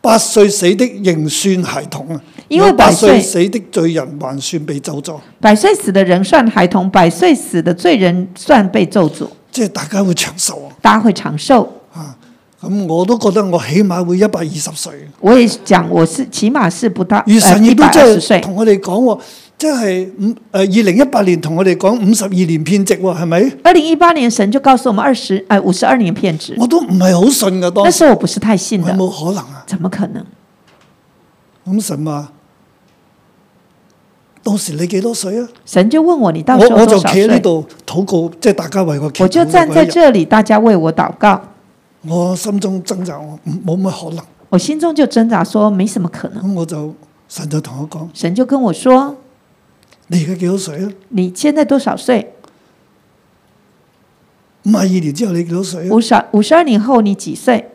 Speaker 2: 八歲死的仍算孩童啊，
Speaker 3: 因為
Speaker 2: 有八
Speaker 3: 百歲
Speaker 2: 歲死的罪人還算被咒詛，
Speaker 3: 百岁死的人算孩童，百岁死的罪人算被咒诅。
Speaker 2: 即係大家會長壽啊！
Speaker 3: 大家会长寿。”
Speaker 2: 啊，咁我都覺得我起碼會一百二十歲。
Speaker 3: 我也讲，我是起码是不到
Speaker 2: 而
Speaker 3: 呃
Speaker 2: 神
Speaker 3: 一
Speaker 2: 亦都
Speaker 3: 百
Speaker 2: 即
Speaker 3: 二十
Speaker 2: 係
Speaker 3: 岁。
Speaker 2: 同我哋講喎，即係五誒呃二零一八年同我哋講五十二年偏值喎，係咪？
Speaker 3: 二零一八年神就告诉我们二十呃五十二年骗值，
Speaker 2: 我都唔係好信噶，當
Speaker 3: 那
Speaker 2: 時
Speaker 3: 时候我不是太信
Speaker 2: 有
Speaker 3: 的，
Speaker 2: 冇可能啊？
Speaker 3: 怎么可能？
Speaker 2: 咁神話，到時你幾多歲啊？
Speaker 3: 神就问我你到
Speaker 2: 我
Speaker 3: 时候
Speaker 2: 我
Speaker 3: 多
Speaker 2: 就
Speaker 3: 少
Speaker 2: 企喺呢
Speaker 3: 岁？
Speaker 2: 度禱告，即係大家為我祈
Speaker 3: 我就
Speaker 2: 禱
Speaker 3: 站在
Speaker 2: 嗰一日。
Speaker 3: 这里，大家为我祷告。
Speaker 2: 我心中掙扎，我唔冇乜可能。
Speaker 3: 我心中就挣扎说，没什么可能。
Speaker 2: 咁我就神就同我講：
Speaker 3: 神就跟我说，
Speaker 2: 你而家幾多歲啊？
Speaker 3: 你现在多少岁？
Speaker 2: 五廿二年之後你幾多歲啊？
Speaker 3: 五十五十二年后你几岁？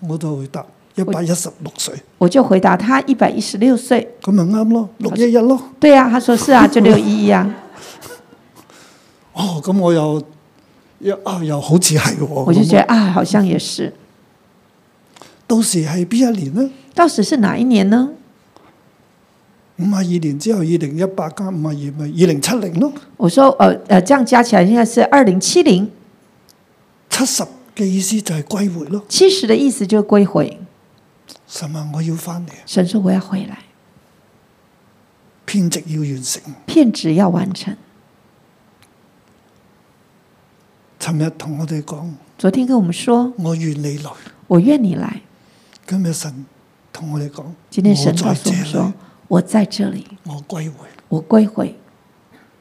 Speaker 2: 我就回答一百一十六歲，
Speaker 3: 我就回答他一百一十六岁。
Speaker 2: 咁咪啱咯，六一一咯。
Speaker 3: 对呀、他说是啊，就六一一啊。
Speaker 2: 哦，咁我又又啊又好似係喎，
Speaker 3: 我就
Speaker 2: 咁
Speaker 3: 觉得啊，好像也是。
Speaker 2: 到時係邊一年呢？
Speaker 3: 到时是哪一年呢？
Speaker 2: 五廿二年之後，二零一八加五廿二咪二零七零咯，
Speaker 3: 我说，呃呃，这样加起来应该是二零七零，
Speaker 2: 七十嘅意思就係歸回咯。
Speaker 3: 七十的意思就是归回。
Speaker 2: 神話我要翻嚟，
Speaker 3: 神说我要回来，
Speaker 2: 編值要完成。
Speaker 3: 骗职要完成。
Speaker 2: 尋日同我哋講，
Speaker 3: 昨天跟我们说，
Speaker 2: 我願你來。
Speaker 3: 我愿你来。
Speaker 2: 今日神同我哋講，
Speaker 3: 今天
Speaker 2: 我
Speaker 3: 神告
Speaker 2: 在
Speaker 3: 诉
Speaker 2: 這
Speaker 3: 我们说
Speaker 2: 裡，，
Speaker 3: 我在这里，
Speaker 2: 我歸回，
Speaker 3: 我归回，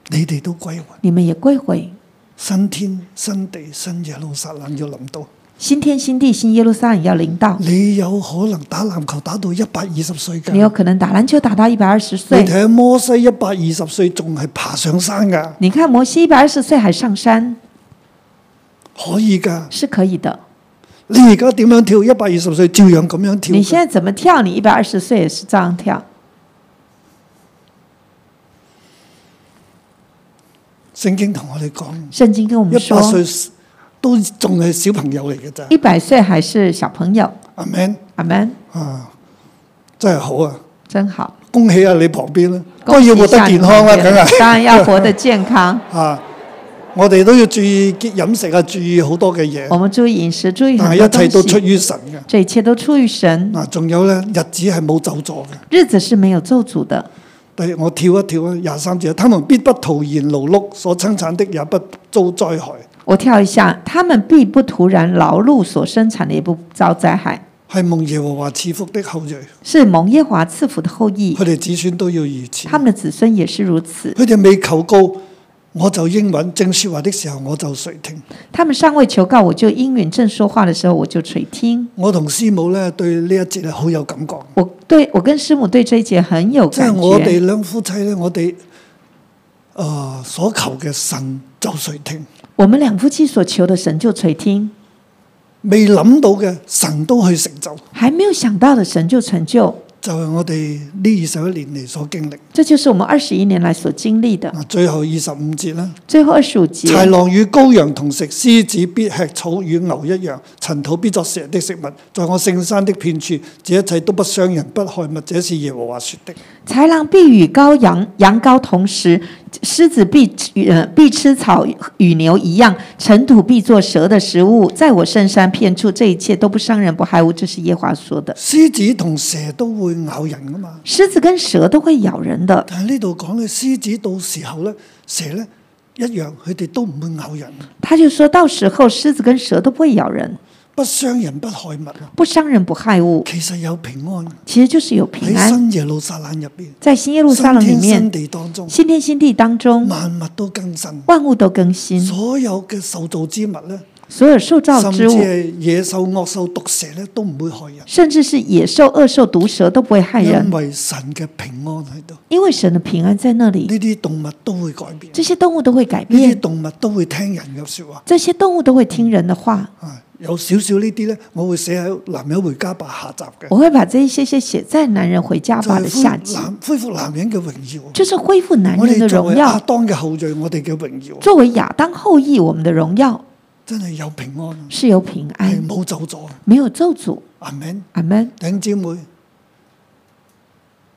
Speaker 2: 你哋都歸回。
Speaker 3: 你们也归回。
Speaker 2: 新天新地新耶路撒冷要臨到，
Speaker 3: 新天新地新耶路撒冷要临到。
Speaker 2: 你有可能打籃球打到一百二十歲㗎。
Speaker 3: 你有可能打篮球打到一百二十
Speaker 2: 你
Speaker 3: 岁
Speaker 2: 睇，下摩西一百二十歲仲係爬上山㗎，
Speaker 3: 你看摩西一百二十岁还上山
Speaker 2: 可以㗎。
Speaker 3: 是可以的。
Speaker 2: 你而家點樣跳一百二十歲照樣咁樣跳
Speaker 3: 你
Speaker 2: 㗎。
Speaker 3: 现在怎么跳，你一百二十岁也是照样跳。
Speaker 2: 聖經同我哋講，
Speaker 3: 圣经跟我们
Speaker 2: 一
Speaker 3: 说
Speaker 2: 百，歲都仲係小朋友嚟嘅咋。
Speaker 3: 一百岁还是小朋友。
Speaker 2: 阿 Man
Speaker 3: 阿门，
Speaker 2: 啊，真係好啊！
Speaker 3: 真好。
Speaker 2: 恭喜啊你旁邊啦，
Speaker 3: 恭
Speaker 2: 當
Speaker 3: 喜
Speaker 2: 然
Speaker 3: 啊
Speaker 2: 活得
Speaker 3: 下你
Speaker 2: 健康啦，
Speaker 3: 们
Speaker 2: 梗啊係
Speaker 3: 当然要活得 健康。
Speaker 2: 啊！我哋都要注意飲食啊，注意好多嘅嘢，
Speaker 3: 我们注意饮食，注意
Speaker 2: 但
Speaker 3: 很
Speaker 2: 係
Speaker 3: 多
Speaker 2: 一切啊都
Speaker 3: 东
Speaker 2: 出
Speaker 3: 西。
Speaker 2: 於神嘅。
Speaker 3: 这一切都出于神，
Speaker 2: 嗱，仲有咧，日子係冇咒詛嘅。
Speaker 3: 日子是没有咒诅的。
Speaker 2: 第我跳一跳啊，廿三節，他們必不徒然勞碌，所生產的也不遭災害。
Speaker 3: 我跳一下，他们必不突然劳碌所生产的，也不遭灾害，
Speaker 2: 係蒙耶和華赐福的後裔，
Speaker 3: 是蒙耶华赐福的后裔
Speaker 2: 佢，哋子孫都要如此。
Speaker 3: 他们的子孙也是如此。
Speaker 2: 佢哋未求告，我就應允；正说話的時候，我就垂聽。
Speaker 3: 他们尚未求告，我就应允；正说话的时候，我就垂听。
Speaker 2: 我同師母咧對呢一節咧好有感覺，
Speaker 3: 我對我跟师母對這一节很有
Speaker 2: 即係
Speaker 3: 感
Speaker 2: 我
Speaker 3: 覺。
Speaker 2: 哋兩夫妻咧，我哋呃所求嘅神就垂聽，
Speaker 3: 我们两夫妻所求的，神就垂听；
Speaker 2: 未諗到嘅神都去成就，
Speaker 3: 还没有想到的，神就成就。
Speaker 2: 就係我哋呢二十一年嚟所經歷。
Speaker 3: 这就是我们二十一年来所经历的。
Speaker 2: 嗱，最後二十五節啦。
Speaker 3: 最后二十五节，
Speaker 2: 豺狼與羔羊同食，獅子必吃草與牛一樣，塵土必作蛇的食物。在我聖山的遍處，這一切都不傷人不害物，這是耶和華說的。
Speaker 3: 豺狼必与羔羊、羊羔同食，狮子必呃必吃草与牛一样，尘土必做蛇的食物。在我圣山遍处，这一切都不伤人不害物，这是耶和华说的。
Speaker 2: 獅子同蛇都會咬人噶嘛，
Speaker 3: 狮子跟蛇都会咬人的，
Speaker 2: 但係呢度講嘅獅子到時候咧，蛇咧一樣，佢哋都唔會咬人，
Speaker 3: 他就说到时候狮子跟蛇都不会咬人，
Speaker 2: 不傷人不害物啊。
Speaker 3: 不伤人不害物，
Speaker 2: 其實有平安
Speaker 3: 其实就是有平
Speaker 2: 喺
Speaker 3: 安。
Speaker 2: 新耶路撒冷入邊，
Speaker 3: 在新耶路撒
Speaker 2: 新
Speaker 3: 冷里
Speaker 2: 天新
Speaker 3: 面，
Speaker 2: 地當中，
Speaker 3: 新天新地当中，
Speaker 2: 萬物都更新，
Speaker 3: 万物都更新，
Speaker 2: 所有嘅受造之物咧。
Speaker 3: 所嗯有受造
Speaker 2: 甚
Speaker 3: 之
Speaker 2: 至
Speaker 3: 物。
Speaker 2: 係野獸、惡獸、毒蛇咧，都唔會害人，
Speaker 3: 甚至是野獸、惡獸、毒蛇都不会害人
Speaker 2: 因，為神嘅平安喺度。
Speaker 3: 因為神的平安在那里。
Speaker 2: 呢啲動物都會改變，
Speaker 3: 这些動物都会改
Speaker 2: 呢啲
Speaker 3: 變，
Speaker 2: 動物都會聽人嘅说話。
Speaker 3: 這些動物都会聽人的話。
Speaker 2: 啊，有少少呢啲咧，我會寫喺《男人回家吧》下集嘅，
Speaker 3: 我會把這一些些寫在《男人回家吧》
Speaker 2: 就
Speaker 3: 的
Speaker 2: 係恢
Speaker 3: 下集，
Speaker 2: 男恢復男人嘅榮耀。
Speaker 3: 就是恢復男
Speaker 2: 我
Speaker 3: 人的
Speaker 2: 哋作
Speaker 3: 榮
Speaker 2: 為亞
Speaker 3: 耀，
Speaker 2: 當嘅後裔，我哋嘅榮耀
Speaker 3: 作為亞當後裔，我們的榮耀
Speaker 2: 真係有平安，
Speaker 3: 是有平
Speaker 2: 係
Speaker 3: 安，
Speaker 2: 冇走咗。
Speaker 3: 沒有咒詛。
Speaker 2: 阿 Man，
Speaker 3: 阿門，
Speaker 2: 弟兄姊妹，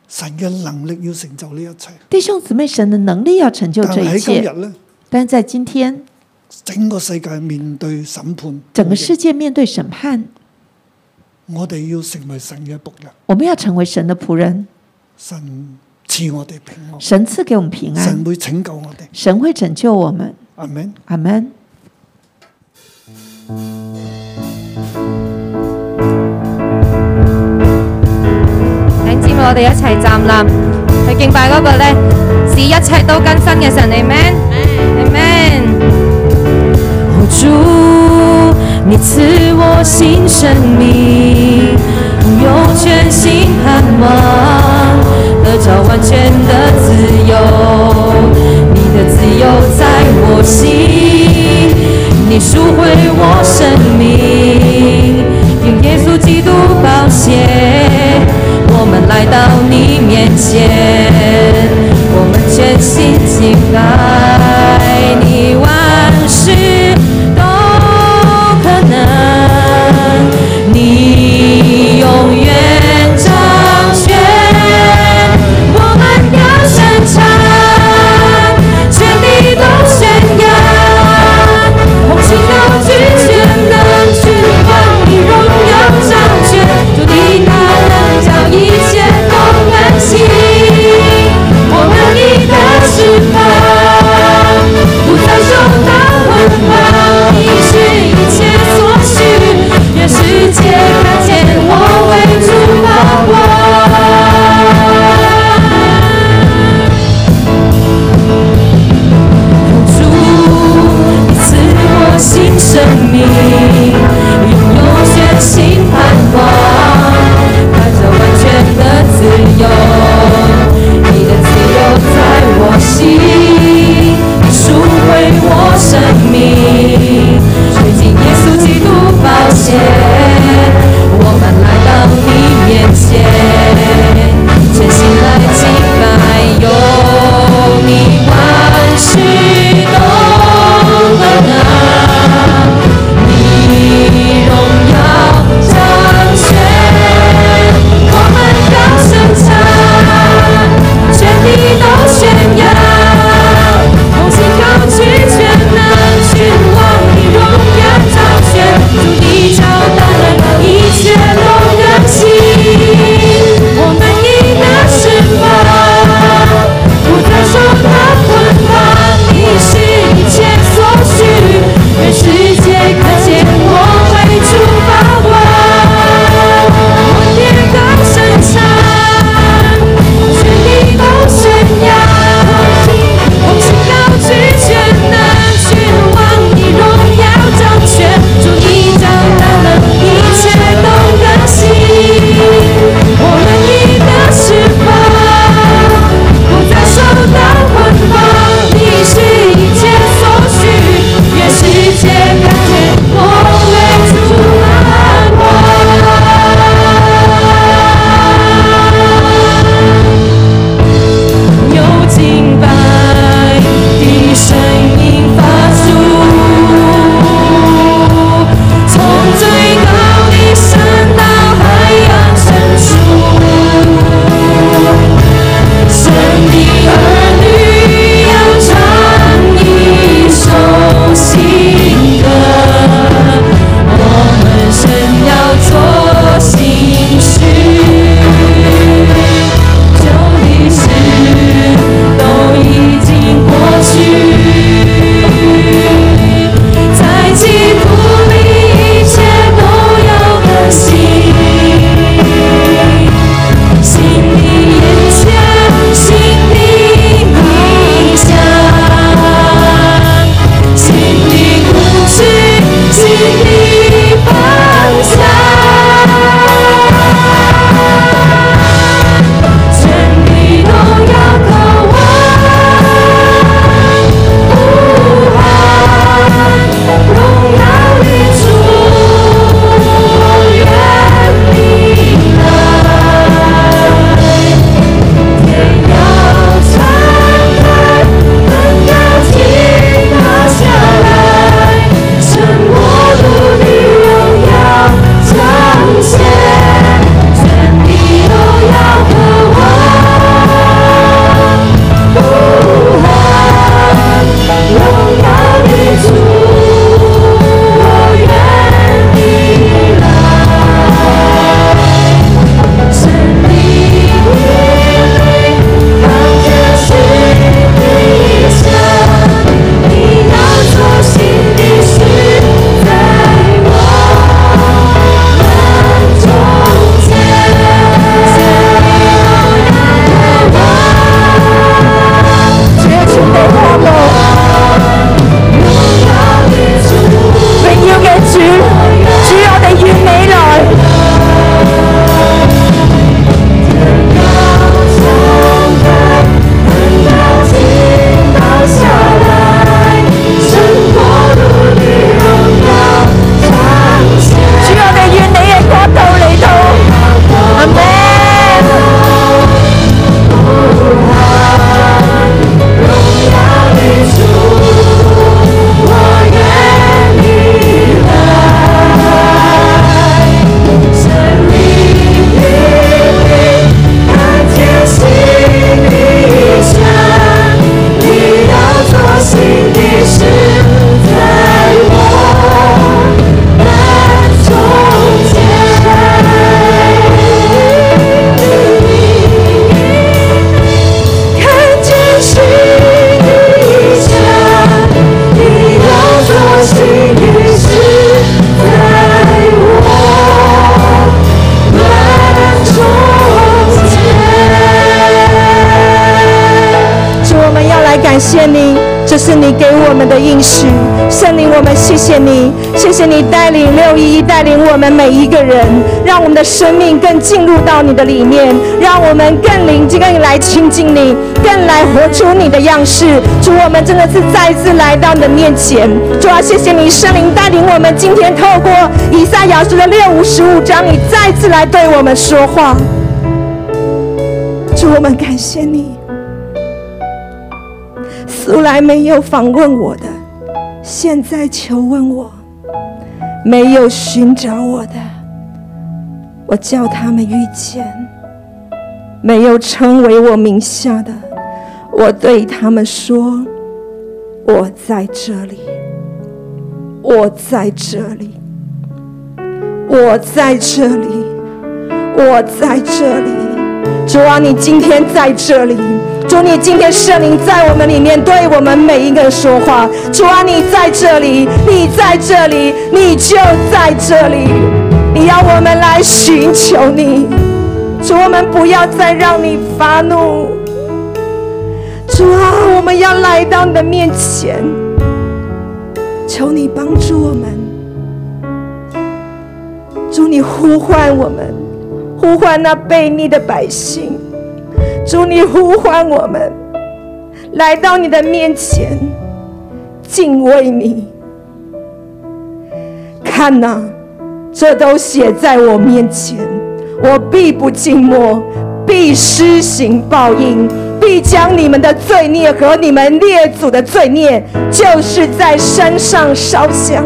Speaker 2: 神嘅能力要成就呢一切。
Speaker 3: 弟兄姊妹，神的能力要成就
Speaker 2: 但
Speaker 3: 這
Speaker 2: 係
Speaker 3: 一
Speaker 2: 喺今
Speaker 3: 切。
Speaker 2: 日咧，
Speaker 3: 但在今天，
Speaker 2: 整個世界面對審判，
Speaker 3: 整個世界面對審判，
Speaker 2: 我哋要成為神嘅仆人，
Speaker 3: 我們要成為神的仆人，
Speaker 2: 神賜我哋平安，
Speaker 3: 神賜給我們平安
Speaker 2: 神，會拯救我哋。
Speaker 3: 神會拯救我們。
Speaker 2: 阿明。
Speaker 3: 阿門。
Speaker 4: 弟兄姊妹，我哋一齊站立去敬拜嗰個呢，是一切都更新嘅神，Amen。Amen。
Speaker 5: 哦，主，你赐我新生命，用全心盼望得着完全的自由。你的自由在我心，你赎回我生命，用耶稣基督宝血，我们来到你面前，我们全心敬拜你万事都可能，你永远掌权。我们要宣唱，全地都宣扬，红心高举全能君王，你荣耀掌权，主你大能叫一切都安息。
Speaker 6: 感谢你，这是你给我们的应许。圣灵，我们谢谢你，谢谢你带领六一一带领我们每一个人，让我们的生命更进入到你的里面，让我们更临近，更来亲近你，更来活出你的样式。主，我们真的是再次来到你的面前。主啊，谢谢你，圣灵带领我们今天透过以赛亚书的六五十五章，你再次来对我们说话。主，我们感谢你。素来没有访问我的，现在求问我；没有寻找我的，我叫他们遇见；没有称为我名下的，我对他们说：我在这里，我在这里，我在这里，我在这里。主啊，你今天在这里。主，啊你今天圣灵在我们里面对我们每一个人说话。主啊，你在这里，你在这里，你就在这里。你要我们来寻求你。主，我们不要再让你发怒。主啊，我们要来到你的面前，求你帮助我们。主，你呼唤我们，呼唤那悖逆的百姓。主，你呼唤我们来到你的面前，敬畏你。看啊呐、这都写在我面前，我必不静默，必施行报应，必将你们的罪孽和你们列祖的罪孽，就是在山上烧香，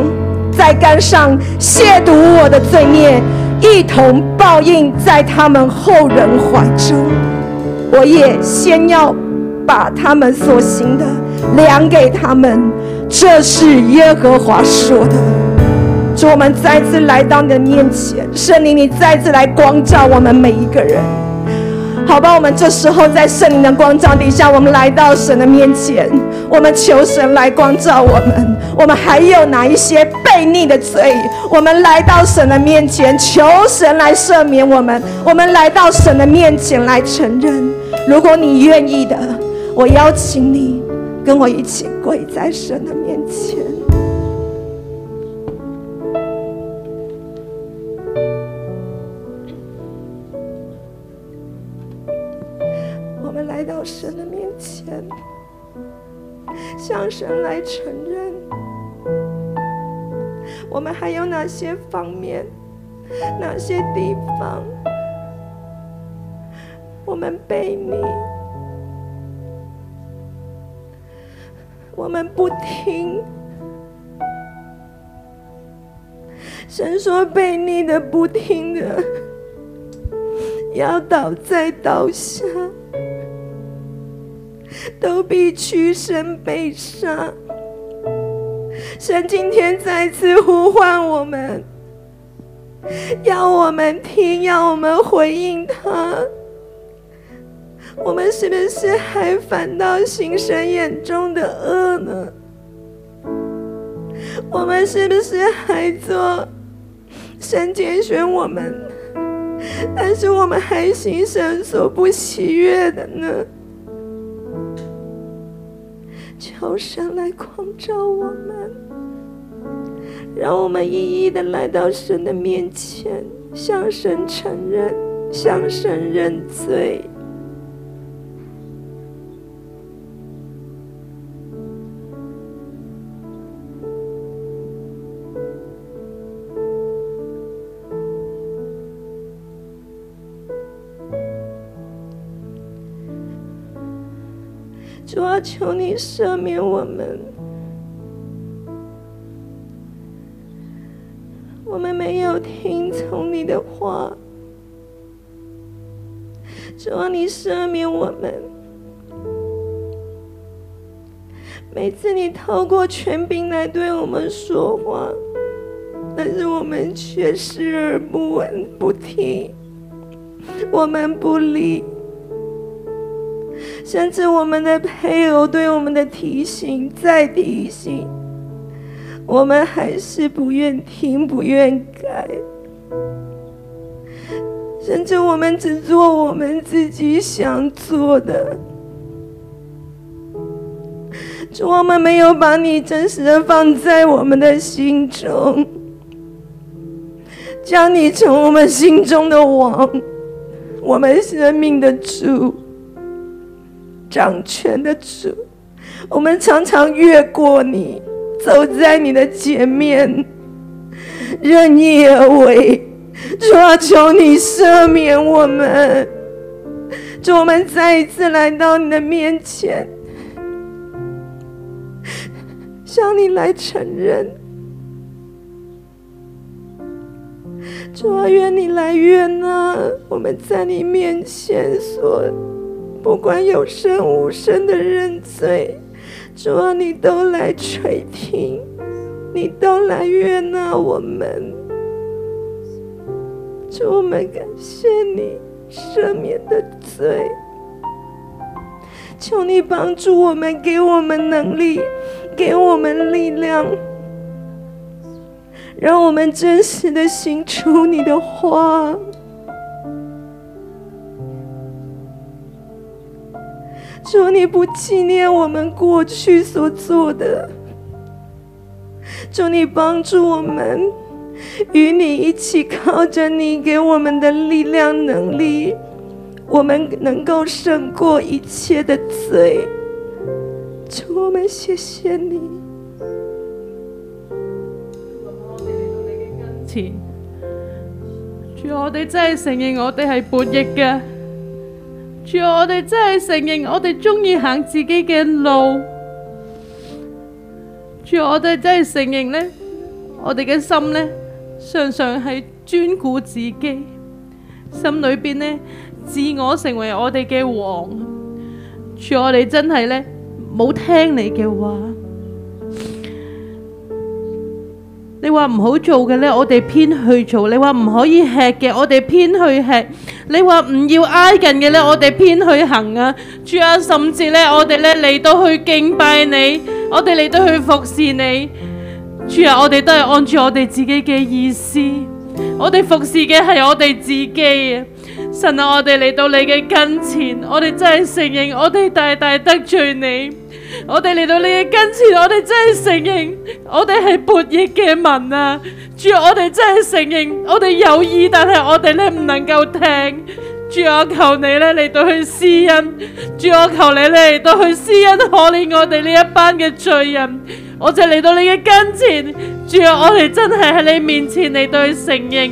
Speaker 6: 在杆上亵渎我的罪孽，一同报应在他们后人怀中。我也先要把他们所行的量给他们。这是耶和华说的。主，我们再次来到你的面前，圣灵，你再次来光照我们每一个人。好吧，我们这时候在圣灵的光照底下，我们来到神的面前，我们求神来光照我们。我们还有哪一些悖逆的罪？我们来到神的面前，求神来赦免我们。我们来到神的面前来承认。如果你愿意的，我邀请你跟我一起跪在神的面前。我们来到神的面前，向神来承认，我们还有哪些方面、哪些地方，我们被你，我们不听。神说：“被逆的、不听的，要倒在倒下。”都必屈身被杀。神今天再次呼唤我们，要我们听，要我们回应他。我们是不是还反倒行神眼中的恶呢？我们是不是还做神拣选我们，但是我们还行神所不喜悦的呢？求神来光照我们，让我们一一的来到神的面前，向神承认，向神认罪。主啊，求你赦免我们。我们没有听从你的话，主啊，你赦免我们。每次你透过权柄来对我们说话，但是我们却视而不闻、不听，我们不理。甚至我们的配偶对我们的提醒再提醒，我们还是不愿听、不愿改，甚至我们只做我们自己想做的。主，我们没有把你真实的放在我们的心中，将你从我们心中的王，我们生命的主，掌权的主，我们常常越过你，走在你的前面，任意而为。主啊，求你赦免我们。主，我们再一次来到你的面前，向你来承认。主啊，愿你来悦纳我们在你面前所不管有声无声的认罪。主啊，你都来垂听，你都来悦纳我们。主，我们感谢你赦免的罪。求你帮助我们，给我们能力，给我们力量，让我们真实的行出你的话。主，你不纪念我们过去所做的，主，你帮助我们。与你一起靠着你给我们的力量、能力，我们能够胜过一切的罪。主，我们谢谢你，
Speaker 7: 前。主，我哋真系承认我哋系叛逆嘅。主，我哋真系承认我哋中意行自己嘅路。主，我哋真系承认呢，我哋嘅心呢，常常系专顾自己，心里边呢，自我成为我哋嘅王。主，我哋真系呢，冇听你嘅话。你話唔好做嘅呢，我哋偏去做；你話唔可以吃嘅，我哋偏去吃；你話唔要挨近嘅呢，我哋偏去行啊！主啊，甚至呢，我哋呢嚟到去敬拜你，我哋嚟到去服侍你。主啊，我哋都係按住我哋自己嘅意思，我哋服侍嘅係我哋自己啊！神啊，我哋嚟到你嘅跟前，我哋真係承認，我哋大大得罪你。我哋嚟到你嘅跟前，我哋真系承认我哋系叛逆嘅民啊！主，我哋真系承认我哋有意，但系我哋咧唔能够听。主，啊我求你咧嚟到去施恩，主，啊我求你咧嚟到去施恩，可怜我哋呢一班嘅罪人。我就嚟到你嘅跟前，主啊，我哋真系喺你面前嚟到去承认，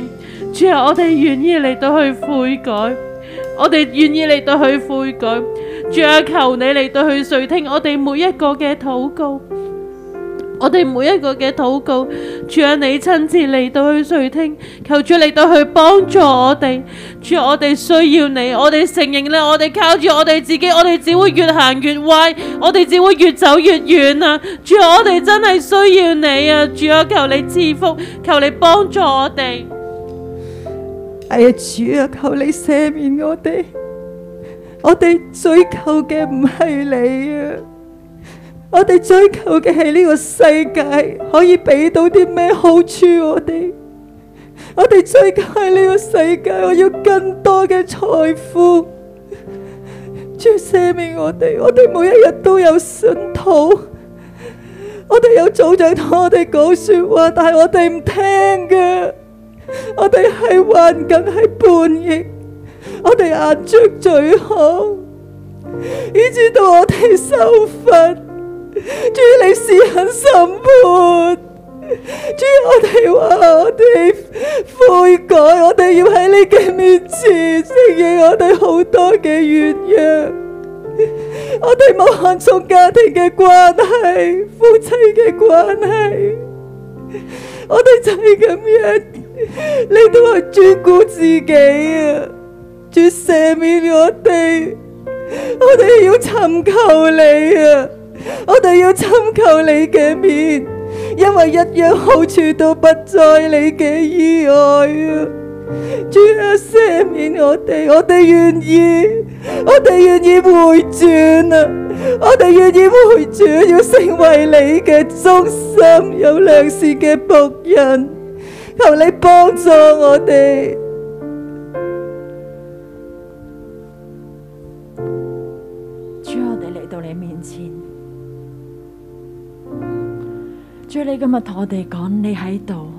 Speaker 7: 主啊，我哋愿意嚟到去悔改。我哋愿意嚟到去悔改，主啊，求你嚟到去垂听我哋每一个嘅祷告，我哋每一个嘅祷告，主啊，你亲自嚟到去垂听，求主嚟到去帮助我哋，主啊，我哋需要你，我哋承认咧，我哋靠住我哋自己，我哋只会越行越歪，我哋只会越走越远啊！主啊，我哋真系需要你啊！主啊，求你赐福，求你帮助我哋。
Speaker 6: 系啊，主啊，求你赦免我哋。我哋追求嘅唔系你啊，我哋追求嘅系呢个世界可以俾到啲咩好处我哋。我哋追求系呢个世界，我要更多嘅财富。主赦免我哋，我哋每一日都有信徒。我哋有組長同我哋講说話，但係我哋唔聽嘅。我哋係患緊係叛逆，我哋硬着罪行，以至到我哋受罰。主你施行審判，主我哋話我哋悔改，我哋要喺你嘅面前承認我哋好多嘅軟弱。我哋冇看重家庭嘅關係、夫妻嘅關係，我哋就係咁樣，你都係專顧自己啊！主赦免我哋，我哋要尋求你啊！我哋要尋求你嘅面，因為一樣好處都不在你嘅以外啊！主啊，赦免我哋，我哋愿意，我哋愿意回转啊！我哋愿意回转，要成为你嘅忠心有良善嘅仆人。求你帮助我哋。
Speaker 5: 主，我哋嚟到你面前，
Speaker 8: 主，你今日同我哋讲，你喺度，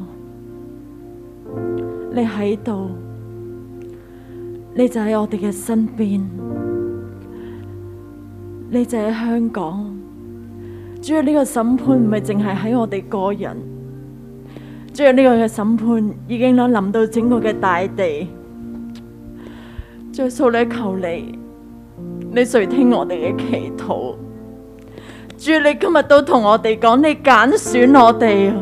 Speaker 8: 你喺度，你就喺我哋嘅身边，你就喺香港。主要呢个审判唔系净系喺我哋个人，主要呢个嘅审判已经咧临到整个嘅大地。主耶稣，你求你，你垂听我哋嘅祈祷。主，你今日都同我哋讲，你拣选我哋啊！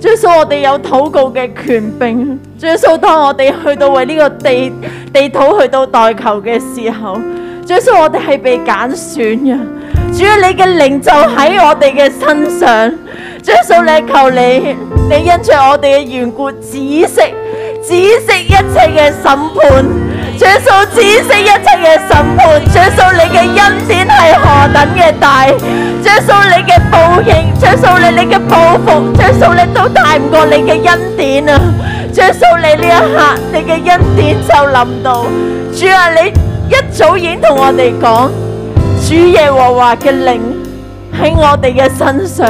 Speaker 8: 主耶穌我哋有祷告嘅权柄。主耶穌当我哋去到为呢个地地土去到代求嘅时候，主耶穌我哋系被拣选嘅。主啊，你嘅灵就喺我哋嘅身上。主耶穌你求你，你因着我哋嘅缘故止息，止息一切嘅审判。主耶穌止息一切嘅審判，主耶穌你嘅恩典係何等嘅大，主耶穌你嘅報應，主耶穌你你嘅報復，主耶穌你都大唔過你嘅恩典啊！主耶穌你呢一刻，你嘅恩典就臨到，主啊，你一早已經同我哋講，主耶和華嘅靈喺我哋嘅身上，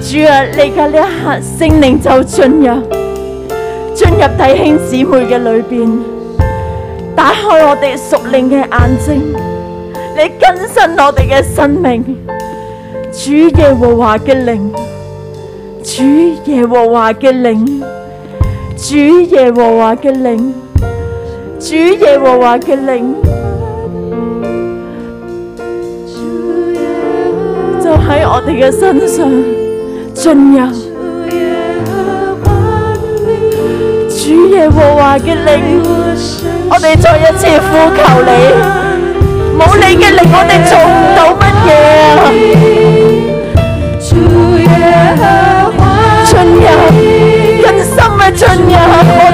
Speaker 8: 主啊，你嘅呢一刻聖靈就進入。进入弟兄姊妹嘅里边，打开我哋属灵嘅眼睛，你更新我哋嘅生命。主耶和华嘅灵，主耶和华嘅灵，主耶和华嘅灵，主耶和华嘅灵，就喺我哋嘅身上进入。主耶和华嘅灵，我哋再一次呼求你，冇你嘅灵，我哋做唔到乜嘢啊！进入更深嘅进入我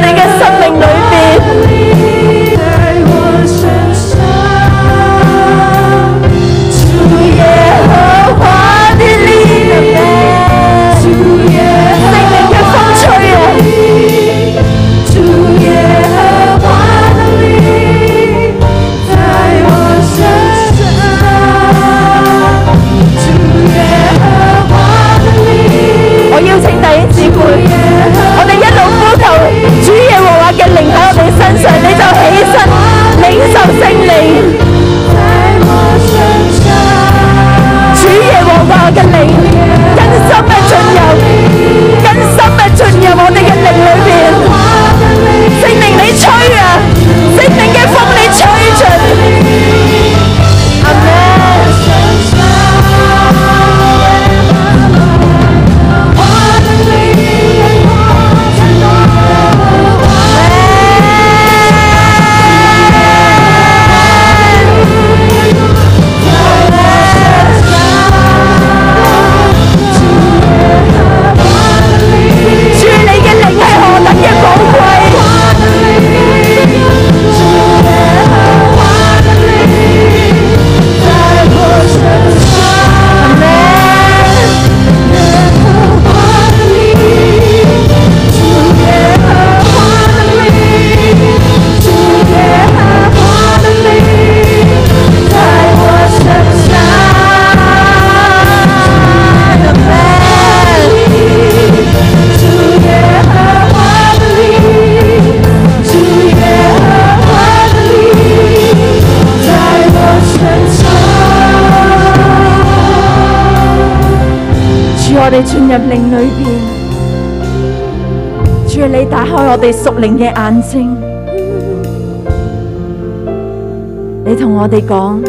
Speaker 8: 哋嘅生命里边。我邀請弟兄姊妹，我哋一路呼求主耶和華嘅靈喺我哋身上，你就起身領受聖靈。主耶和華嘅靈更深嘅進入，更深嘅進入我哋嘅靈裏邊。聖靈你吹啊，聖靈嘅風你吹啊盡。阿主你嘅靈係何等嘅寶貴，主我哋進入靈裏邊，主你打開我哋屬靈嘅眼睛，你同我哋講，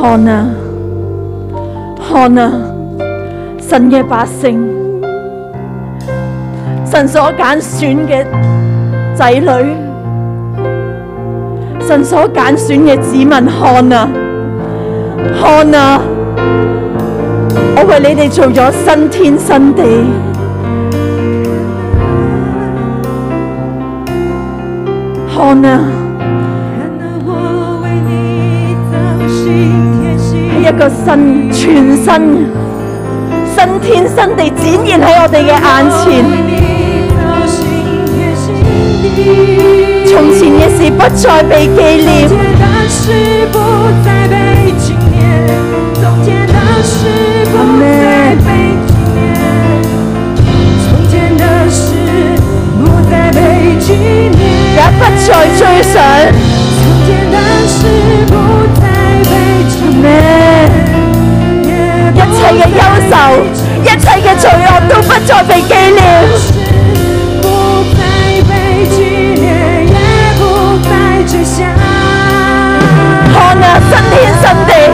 Speaker 8: 看啊，看啊，神嘅百姓，神所揀選嘅仔女，神所揀選嘅子民，看啊，看啊！我为你哋做咗新天新地。看啊，喺一个新全新新天新地展现喺我哋嘅眼前。从前嘅事不再被纪念。Amen. 也不再追想。一切嘅憂愁，一切嘅罪惡都不再被紀念。看啊，新天新地，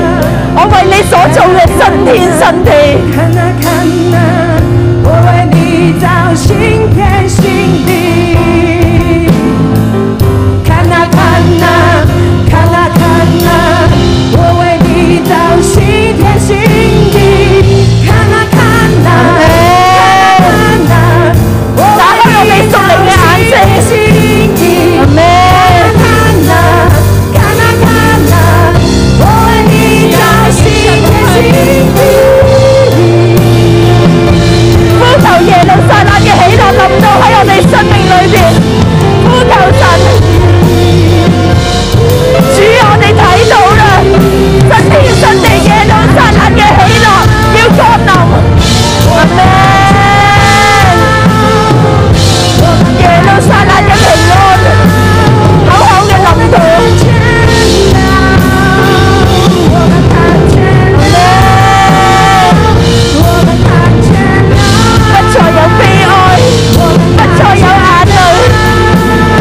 Speaker 8: 我為你所做嘅新天新地。打開我哋屬靈嘅眼睛。阿咩？呼求耶路撒冷嘅喜樂臨到喺我哋生命裏邊，呼求神，主我哋睇到啦，新天新地耶路撒冷嘅喜樂要降臨，阿咩？耶路撒冷嘅平安，厚厚嘅臨到。不再有悲哀，不再有眼淚。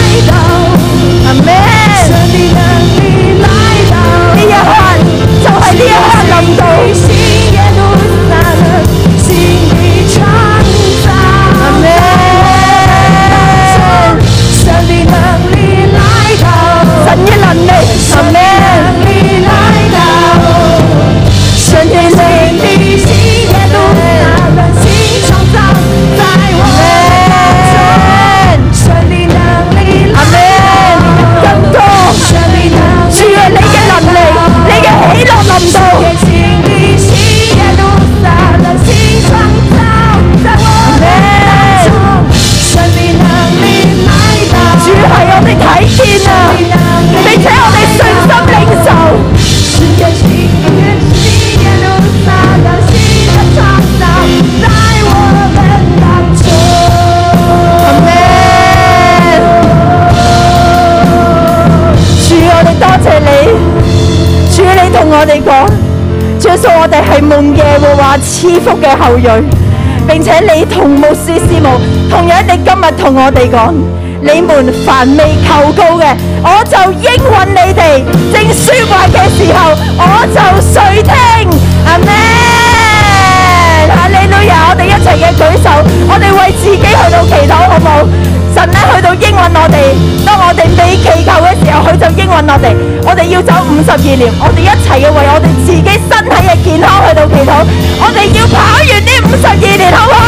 Speaker 8: 阿們呢一刻就係呢一刻臨到。阿們神嘅能力，阿們神嘅能力，阿們更多，主啊，你嘅能力，你嘅喜樂臨到。主係我哋睇見啊，並且我哋信心領受。阿們主，我哋多謝你，主你同我哋講，主數我哋係蒙耶和華賜福嘅後裔，並且你同牧師師母，同樣你今日同我哋講，你們凡未求告嘅，我就應允你哋，正説話嘅時候，我就垂聽，阿們。哈利路亞！我哋一齊嘅舉手，我哋為自己去到祈禱，好冇？神咧去到應允我哋，當我哋未祈求嘅時候，佢就應允我哋。我哋要走五十二年，我哋一齊嘅為我哋自己身體嘅健康去到祈禱。我哋要跑完呢五十二年，好唔好？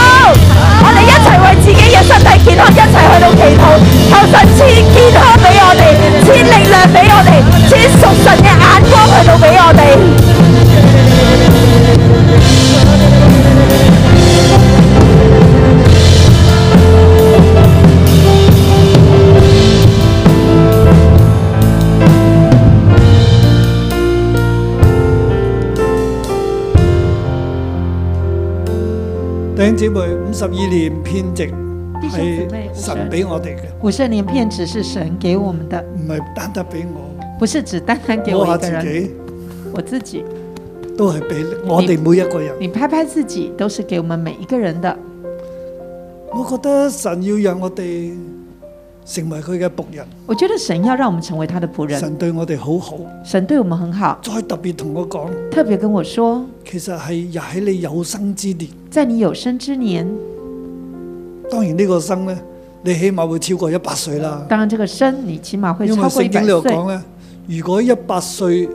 Speaker 8: 我哋一齊為自己嘅身體健康一齊去到祈禱，求神賜健康俾我哋，賜力量俾我哋，賜屬神嘅眼光去到俾我哋。
Speaker 2: 弟兄姊妹，五十二年編值
Speaker 3: 弟兄姊妹
Speaker 2: 係神俾我哋嘅，
Speaker 3: 五十年片只是神给我们的，
Speaker 2: 唔係單單俾我，
Speaker 3: 不是只单单给
Speaker 2: 我
Speaker 3: 我
Speaker 2: 下
Speaker 3: 一个
Speaker 2: 自
Speaker 3: 人，
Speaker 2: 己
Speaker 3: 我自己。
Speaker 2: 都係俾我哋每一個人。
Speaker 3: 你拍拍自己，都是给我们每一个人的。
Speaker 2: 我覺得神要讓我哋成為佢嘅仆人，
Speaker 3: 我觉得神要让我们成为他的仆人，
Speaker 2: 神對我哋好好。
Speaker 3: 神对我们很好，
Speaker 2: 再特別同我講，
Speaker 3: 特别跟我说，
Speaker 2: 其實係又喺你有生之年。
Speaker 3: 在你有生之年，
Speaker 2: 當然呢個生呢，你起碼會超過一百歲啦。
Speaker 3: 当然这个生你起码会
Speaker 2: 因為
Speaker 3: 超过一
Speaker 2: 聖
Speaker 3: 百
Speaker 2: 經呢度講
Speaker 3: 岁。
Speaker 2: 呢，如果一百歲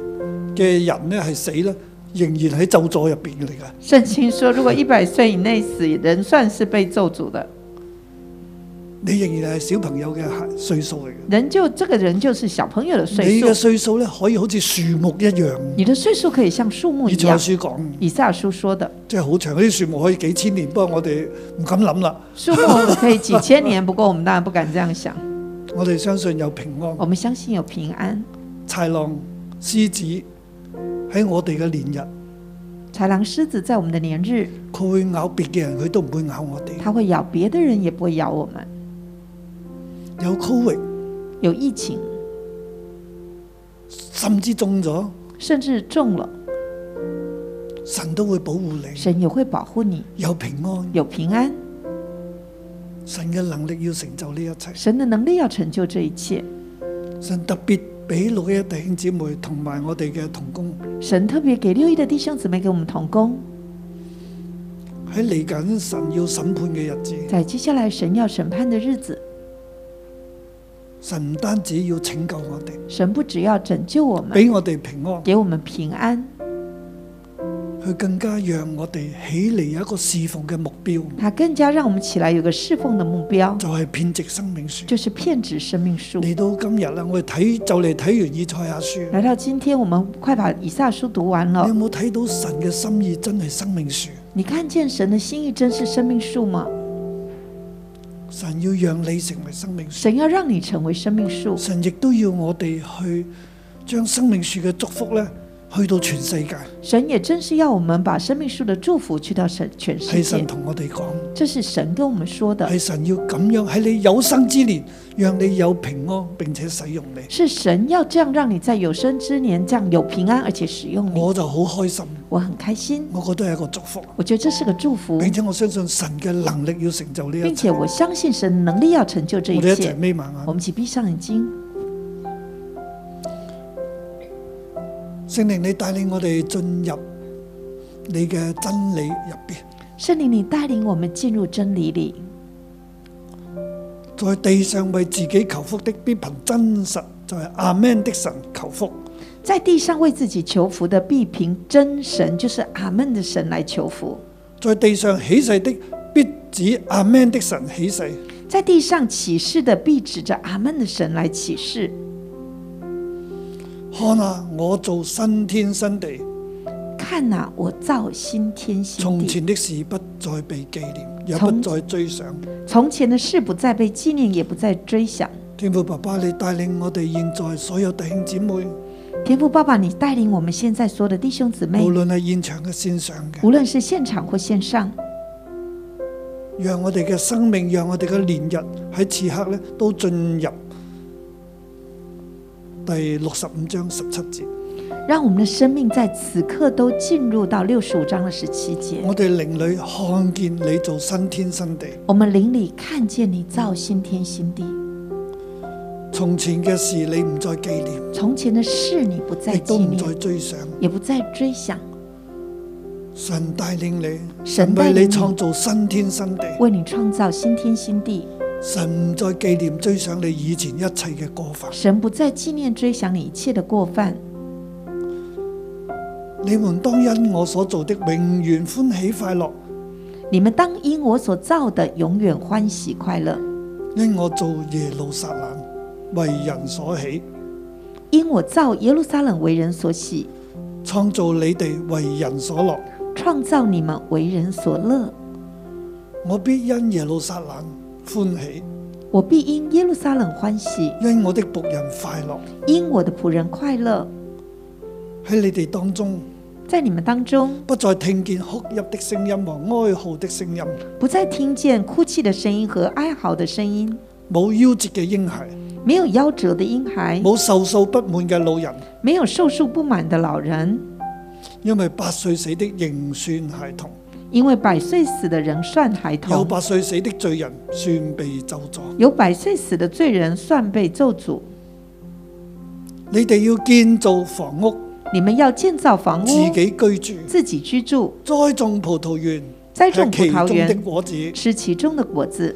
Speaker 2: 嘅人呢係死咧，仍然喺咒詛入邊嚟㗎。
Speaker 3: 圣经说，如果一百岁以内死，人算是被咒诅的，
Speaker 2: 你仍然係小朋友嘅孩歲數嚟嘅。
Speaker 3: 人就这个人就是小朋友的岁
Speaker 2: 你嘅
Speaker 3: 数，
Speaker 2: 歲數咧可以好似樹木一樣。
Speaker 3: 你的岁数可以像树木一
Speaker 2: 以賽
Speaker 3: 样。
Speaker 2: 書講，
Speaker 3: 以赛亚书说的，
Speaker 2: 即係好長嗰啲樹木可以幾千年，不過我哋唔敢諗啦。
Speaker 3: 树木可以几千年，不过我们当然不敢这样想。
Speaker 2: 我哋相信有平安。
Speaker 3: 我们相信有平安，
Speaker 2: 豺狼、獅子喺我哋嘅年日
Speaker 3: 豺狼、狮子在我们的年日，
Speaker 2: 佢會咬別嘅人，佢都唔會咬我哋。
Speaker 3: 它会咬别的人，也不会咬我们。
Speaker 2: 有 Covid，
Speaker 3: 有疫情，
Speaker 2: 甚至中咗，
Speaker 3: 甚至中了，
Speaker 2: 神都會保護你。
Speaker 3: 神也会保护你，
Speaker 2: 有平安，
Speaker 3: 有平安。
Speaker 2: 神嘅能力要成就呢一切。
Speaker 3: 神的能力要成就这一切。
Speaker 2: 神特別俾六一弟兄姊妹同埋我哋嘅同工
Speaker 3: 神特别给六一的弟兄姊妹给我们同工，
Speaker 2: 喺嚟緊神要審判嘅日子，
Speaker 3: 在接下来神要审判的日子，
Speaker 2: 神唔單止要拯救我哋，
Speaker 3: 神不只要拯救我们，
Speaker 2: 俾我哋平安，
Speaker 3: 给我们平安，
Speaker 2: 佢更加讓我哋起嚟有一個侍奉嘅目標，
Speaker 3: 他更加让我们起来有个侍奉的目标，
Speaker 2: 就係遍植生命樹。
Speaker 3: 就是片指生命树。
Speaker 2: 嚟到今日啦，我哋睇就嚟睇完以賽亞書，
Speaker 3: 来到今天，我们快把以撒书读完了
Speaker 2: 你有。冇睇到神嘅心意真係生命樹？
Speaker 3: 你看见神的心意真是生命树吗？
Speaker 2: 神要讓你成為生命樹，
Speaker 3: 神要让你成为生命树，
Speaker 2: 神亦都要我哋去將生命樹嘅祝福咧，去到全世界。
Speaker 3: 神也正是要我们把生命树的祝福去到神全
Speaker 2: 係
Speaker 3: 世
Speaker 2: 神
Speaker 3: 界。
Speaker 2: 同我哋講，
Speaker 3: 这是神跟我们说的
Speaker 2: 係，神要咁樣喺你有生之年，讓你有平安並且使用你。
Speaker 3: 是神要这样让你在有生之年这样有平安，而且使用你。
Speaker 2: 我就好開心，
Speaker 3: 我很开心，
Speaker 2: 我覺得係一個祝福，
Speaker 3: 我觉得这是个祝福，
Speaker 2: 並且我相信神嘅能力要成就呢一
Speaker 3: 并
Speaker 2: 切。
Speaker 3: 且我相信神能力要成就这
Speaker 2: 我
Speaker 3: 一
Speaker 2: 哋一
Speaker 3: 切
Speaker 2: 齊。眯埋
Speaker 3: 我
Speaker 2: 眼，
Speaker 3: 们请闭上眼睛，
Speaker 2: 聖靈你帶領我哋進入你嘅真理入邊。
Speaker 3: 圣灵，你带领我们进入真理里。
Speaker 2: 在地上為自己求福的，必憑真實就係阿 Man 的神求福。
Speaker 3: 在地上为自己求福的，必凭真神，就是阿门的神来求福；
Speaker 2: 在地上起誓的，必指阿 Man 的神起誓。
Speaker 3: 在地上起誓的，必指着阿门的神来起誓。
Speaker 2: 看啊，我做新天新地，
Speaker 3: 看呐、我造新天新
Speaker 2: 從
Speaker 3: 地，
Speaker 2: 前的事不再被紀念，也不
Speaker 3: 從
Speaker 2: 再追想。
Speaker 3: 从前的事不再被纪念，也不再追想。
Speaker 2: 天父爸爸，你帶領我哋現在所有弟兄姊妹，
Speaker 3: 天父爸爸，你带领我们现在所有的弟兄姊妹
Speaker 2: 無，論係現場嘅線上嘅，
Speaker 3: 无论是现场或线上，
Speaker 2: 讓我哋嘅生命，讓我哋嘅年日喺此刻咧都進入第六十五章十七節。
Speaker 3: 让我们的生命在此刻都进入到六十五章的十七节。
Speaker 2: 我哋靈裏看見你做新天新地，
Speaker 3: 我们灵里看见你造新天新地，
Speaker 2: 從前嘅事你唔再紀念，
Speaker 3: 从前的事你不再
Speaker 2: 亦都
Speaker 3: 纪
Speaker 2: 唔再
Speaker 3: 念，
Speaker 2: 追想。
Speaker 3: 也不再追想。
Speaker 2: 神帶領你，
Speaker 3: 神帶
Speaker 2: 為
Speaker 3: 領
Speaker 2: 你
Speaker 3: 你
Speaker 2: 創造新天新地。
Speaker 3: 为你创造新天新地。
Speaker 2: 神唔再紀念追想你以前一切嘅過犯。
Speaker 3: 神不再纪念追想你一切的过犯。
Speaker 2: 你們當因我所做的永遠歡喜快樂，
Speaker 3: 你们当因我所造的永远欢喜快乐，
Speaker 2: 因我做耶路撒冷為人所喜，
Speaker 3: 因我造耶路撒冷为人所喜，
Speaker 2: 創造你哋為人所樂。
Speaker 3: 创造你们为人所乐。
Speaker 2: 我必因耶路撒冷歡喜，
Speaker 3: 我必因耶路撒冷欢喜，
Speaker 2: 因我的仆人快樂。
Speaker 3: 因我的仆人快乐。
Speaker 2: 喺你哋當中。
Speaker 3: 在你们当中，
Speaker 2: 不再聽見哭泣的聲音和哀號的聲音，
Speaker 3: 不再听见哭泣的声音和哀嚎的声音，
Speaker 2: 冇夭折嘅嬰孩，
Speaker 3: 没有夭折的婴孩，
Speaker 2: 冇壽數不滿嘅老人，
Speaker 3: 没有寿数不满的老人，
Speaker 2: 因為八歲死的仍算孩童，
Speaker 3: 因为百岁死的人算孩
Speaker 2: 有
Speaker 3: 童，
Speaker 2: 八歲死的罪人算被咒詛。
Speaker 3: 有百岁死的罪人算被咒诅。
Speaker 2: 你哋要建造房屋，
Speaker 3: 你们要建造房
Speaker 2: 自
Speaker 3: 屋，
Speaker 2: 己居
Speaker 3: 自己居住，
Speaker 2: 住，栽種葡萄園，
Speaker 3: 栽
Speaker 2: 吃
Speaker 3: 种葡
Speaker 2: 其
Speaker 3: 萄
Speaker 2: 中的
Speaker 3: 园，
Speaker 2: 果子。
Speaker 3: 吃其中的果子。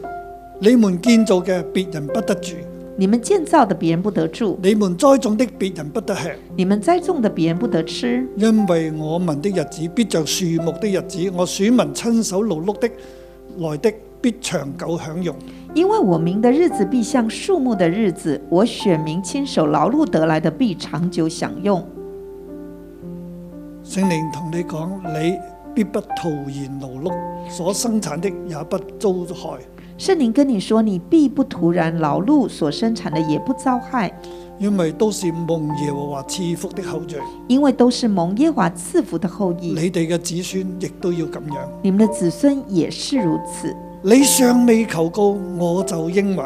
Speaker 2: 你們建造嘅，別人不得住；
Speaker 3: 你们建造的，别人不得住；
Speaker 2: 你們栽種的，別人不得吃。
Speaker 3: 你们栽种的，别人不得吃。
Speaker 2: 因為我民的日子必像樹木的日子，我選民親手勞碌的來的，必長久享用。
Speaker 3: 因为我民的日子必像树木的日子，我选民亲手劳碌得来的必长久享用。
Speaker 2: 圣灵同你讲，你必不徒然劳碌，所生产的也不遭害。
Speaker 3: 圣灵跟你说，你必不徒然劳碌所生产的，也不遭害，
Speaker 2: 因為都是蒙耶和華赐福的後裔。
Speaker 3: 因为都是蒙耶和华赐福的后裔。
Speaker 2: 你哋嘅子孫亦都要咁樣。
Speaker 3: 你们的子孙也是如此。
Speaker 2: 你尚未求告，我就應允；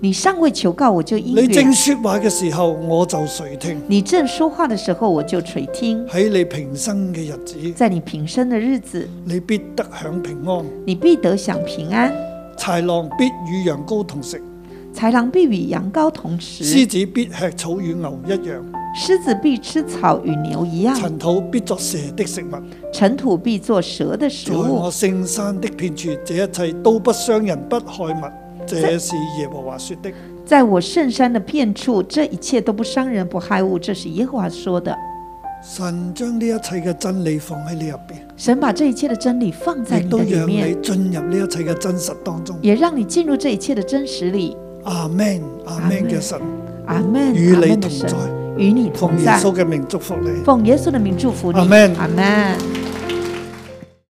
Speaker 3: 你尚未求告，我就应
Speaker 2: 你正
Speaker 3: 允；
Speaker 2: 说話嘅時候，我就垂聽。
Speaker 3: 你正说话的时候，我就垂听。
Speaker 2: 喺你平生嘅日子，
Speaker 3: 在你平生的日子，
Speaker 2: 你必得享平安。
Speaker 3: 你必得享平安。
Speaker 2: 豺狼必與羊羔同食，
Speaker 3: 豺狼必与羊羔同食，
Speaker 2: 獅子必吃草與牛一樣，
Speaker 3: 狮子必吃草与牛一样，
Speaker 2: 塵土必作蛇的食物。
Speaker 3: 尘土必做蛇的食
Speaker 2: 在
Speaker 3: 物
Speaker 2: 我。聖山的遍處，這一切都不傷人，不害物。這是耶和華說的。
Speaker 3: 在我圣山的片处，这一切都不伤人不害物，这是耶和华说的。
Speaker 2: 神將呢一切嘅真理放喺你入邊，
Speaker 3: 神把这一切的真理放在
Speaker 2: 亦
Speaker 3: 你
Speaker 2: 都
Speaker 3: 的里
Speaker 2: 讓
Speaker 3: 面，
Speaker 2: 你進入呢一切嘅真實當中。
Speaker 3: 也让你进入这一切的真实里。
Speaker 2: 阿 man 阿 man 嘅神
Speaker 3: 阿门。
Speaker 2: 與
Speaker 3: 阿
Speaker 2: 你
Speaker 3: 门的
Speaker 2: 同在
Speaker 3: 神，，與你
Speaker 2: 奉
Speaker 3: 同
Speaker 2: 耶
Speaker 3: 在。
Speaker 2: 穌嘅名祝福你。
Speaker 3: 奉耶稣的名祝福你。
Speaker 2: 阿们
Speaker 3: 阿门。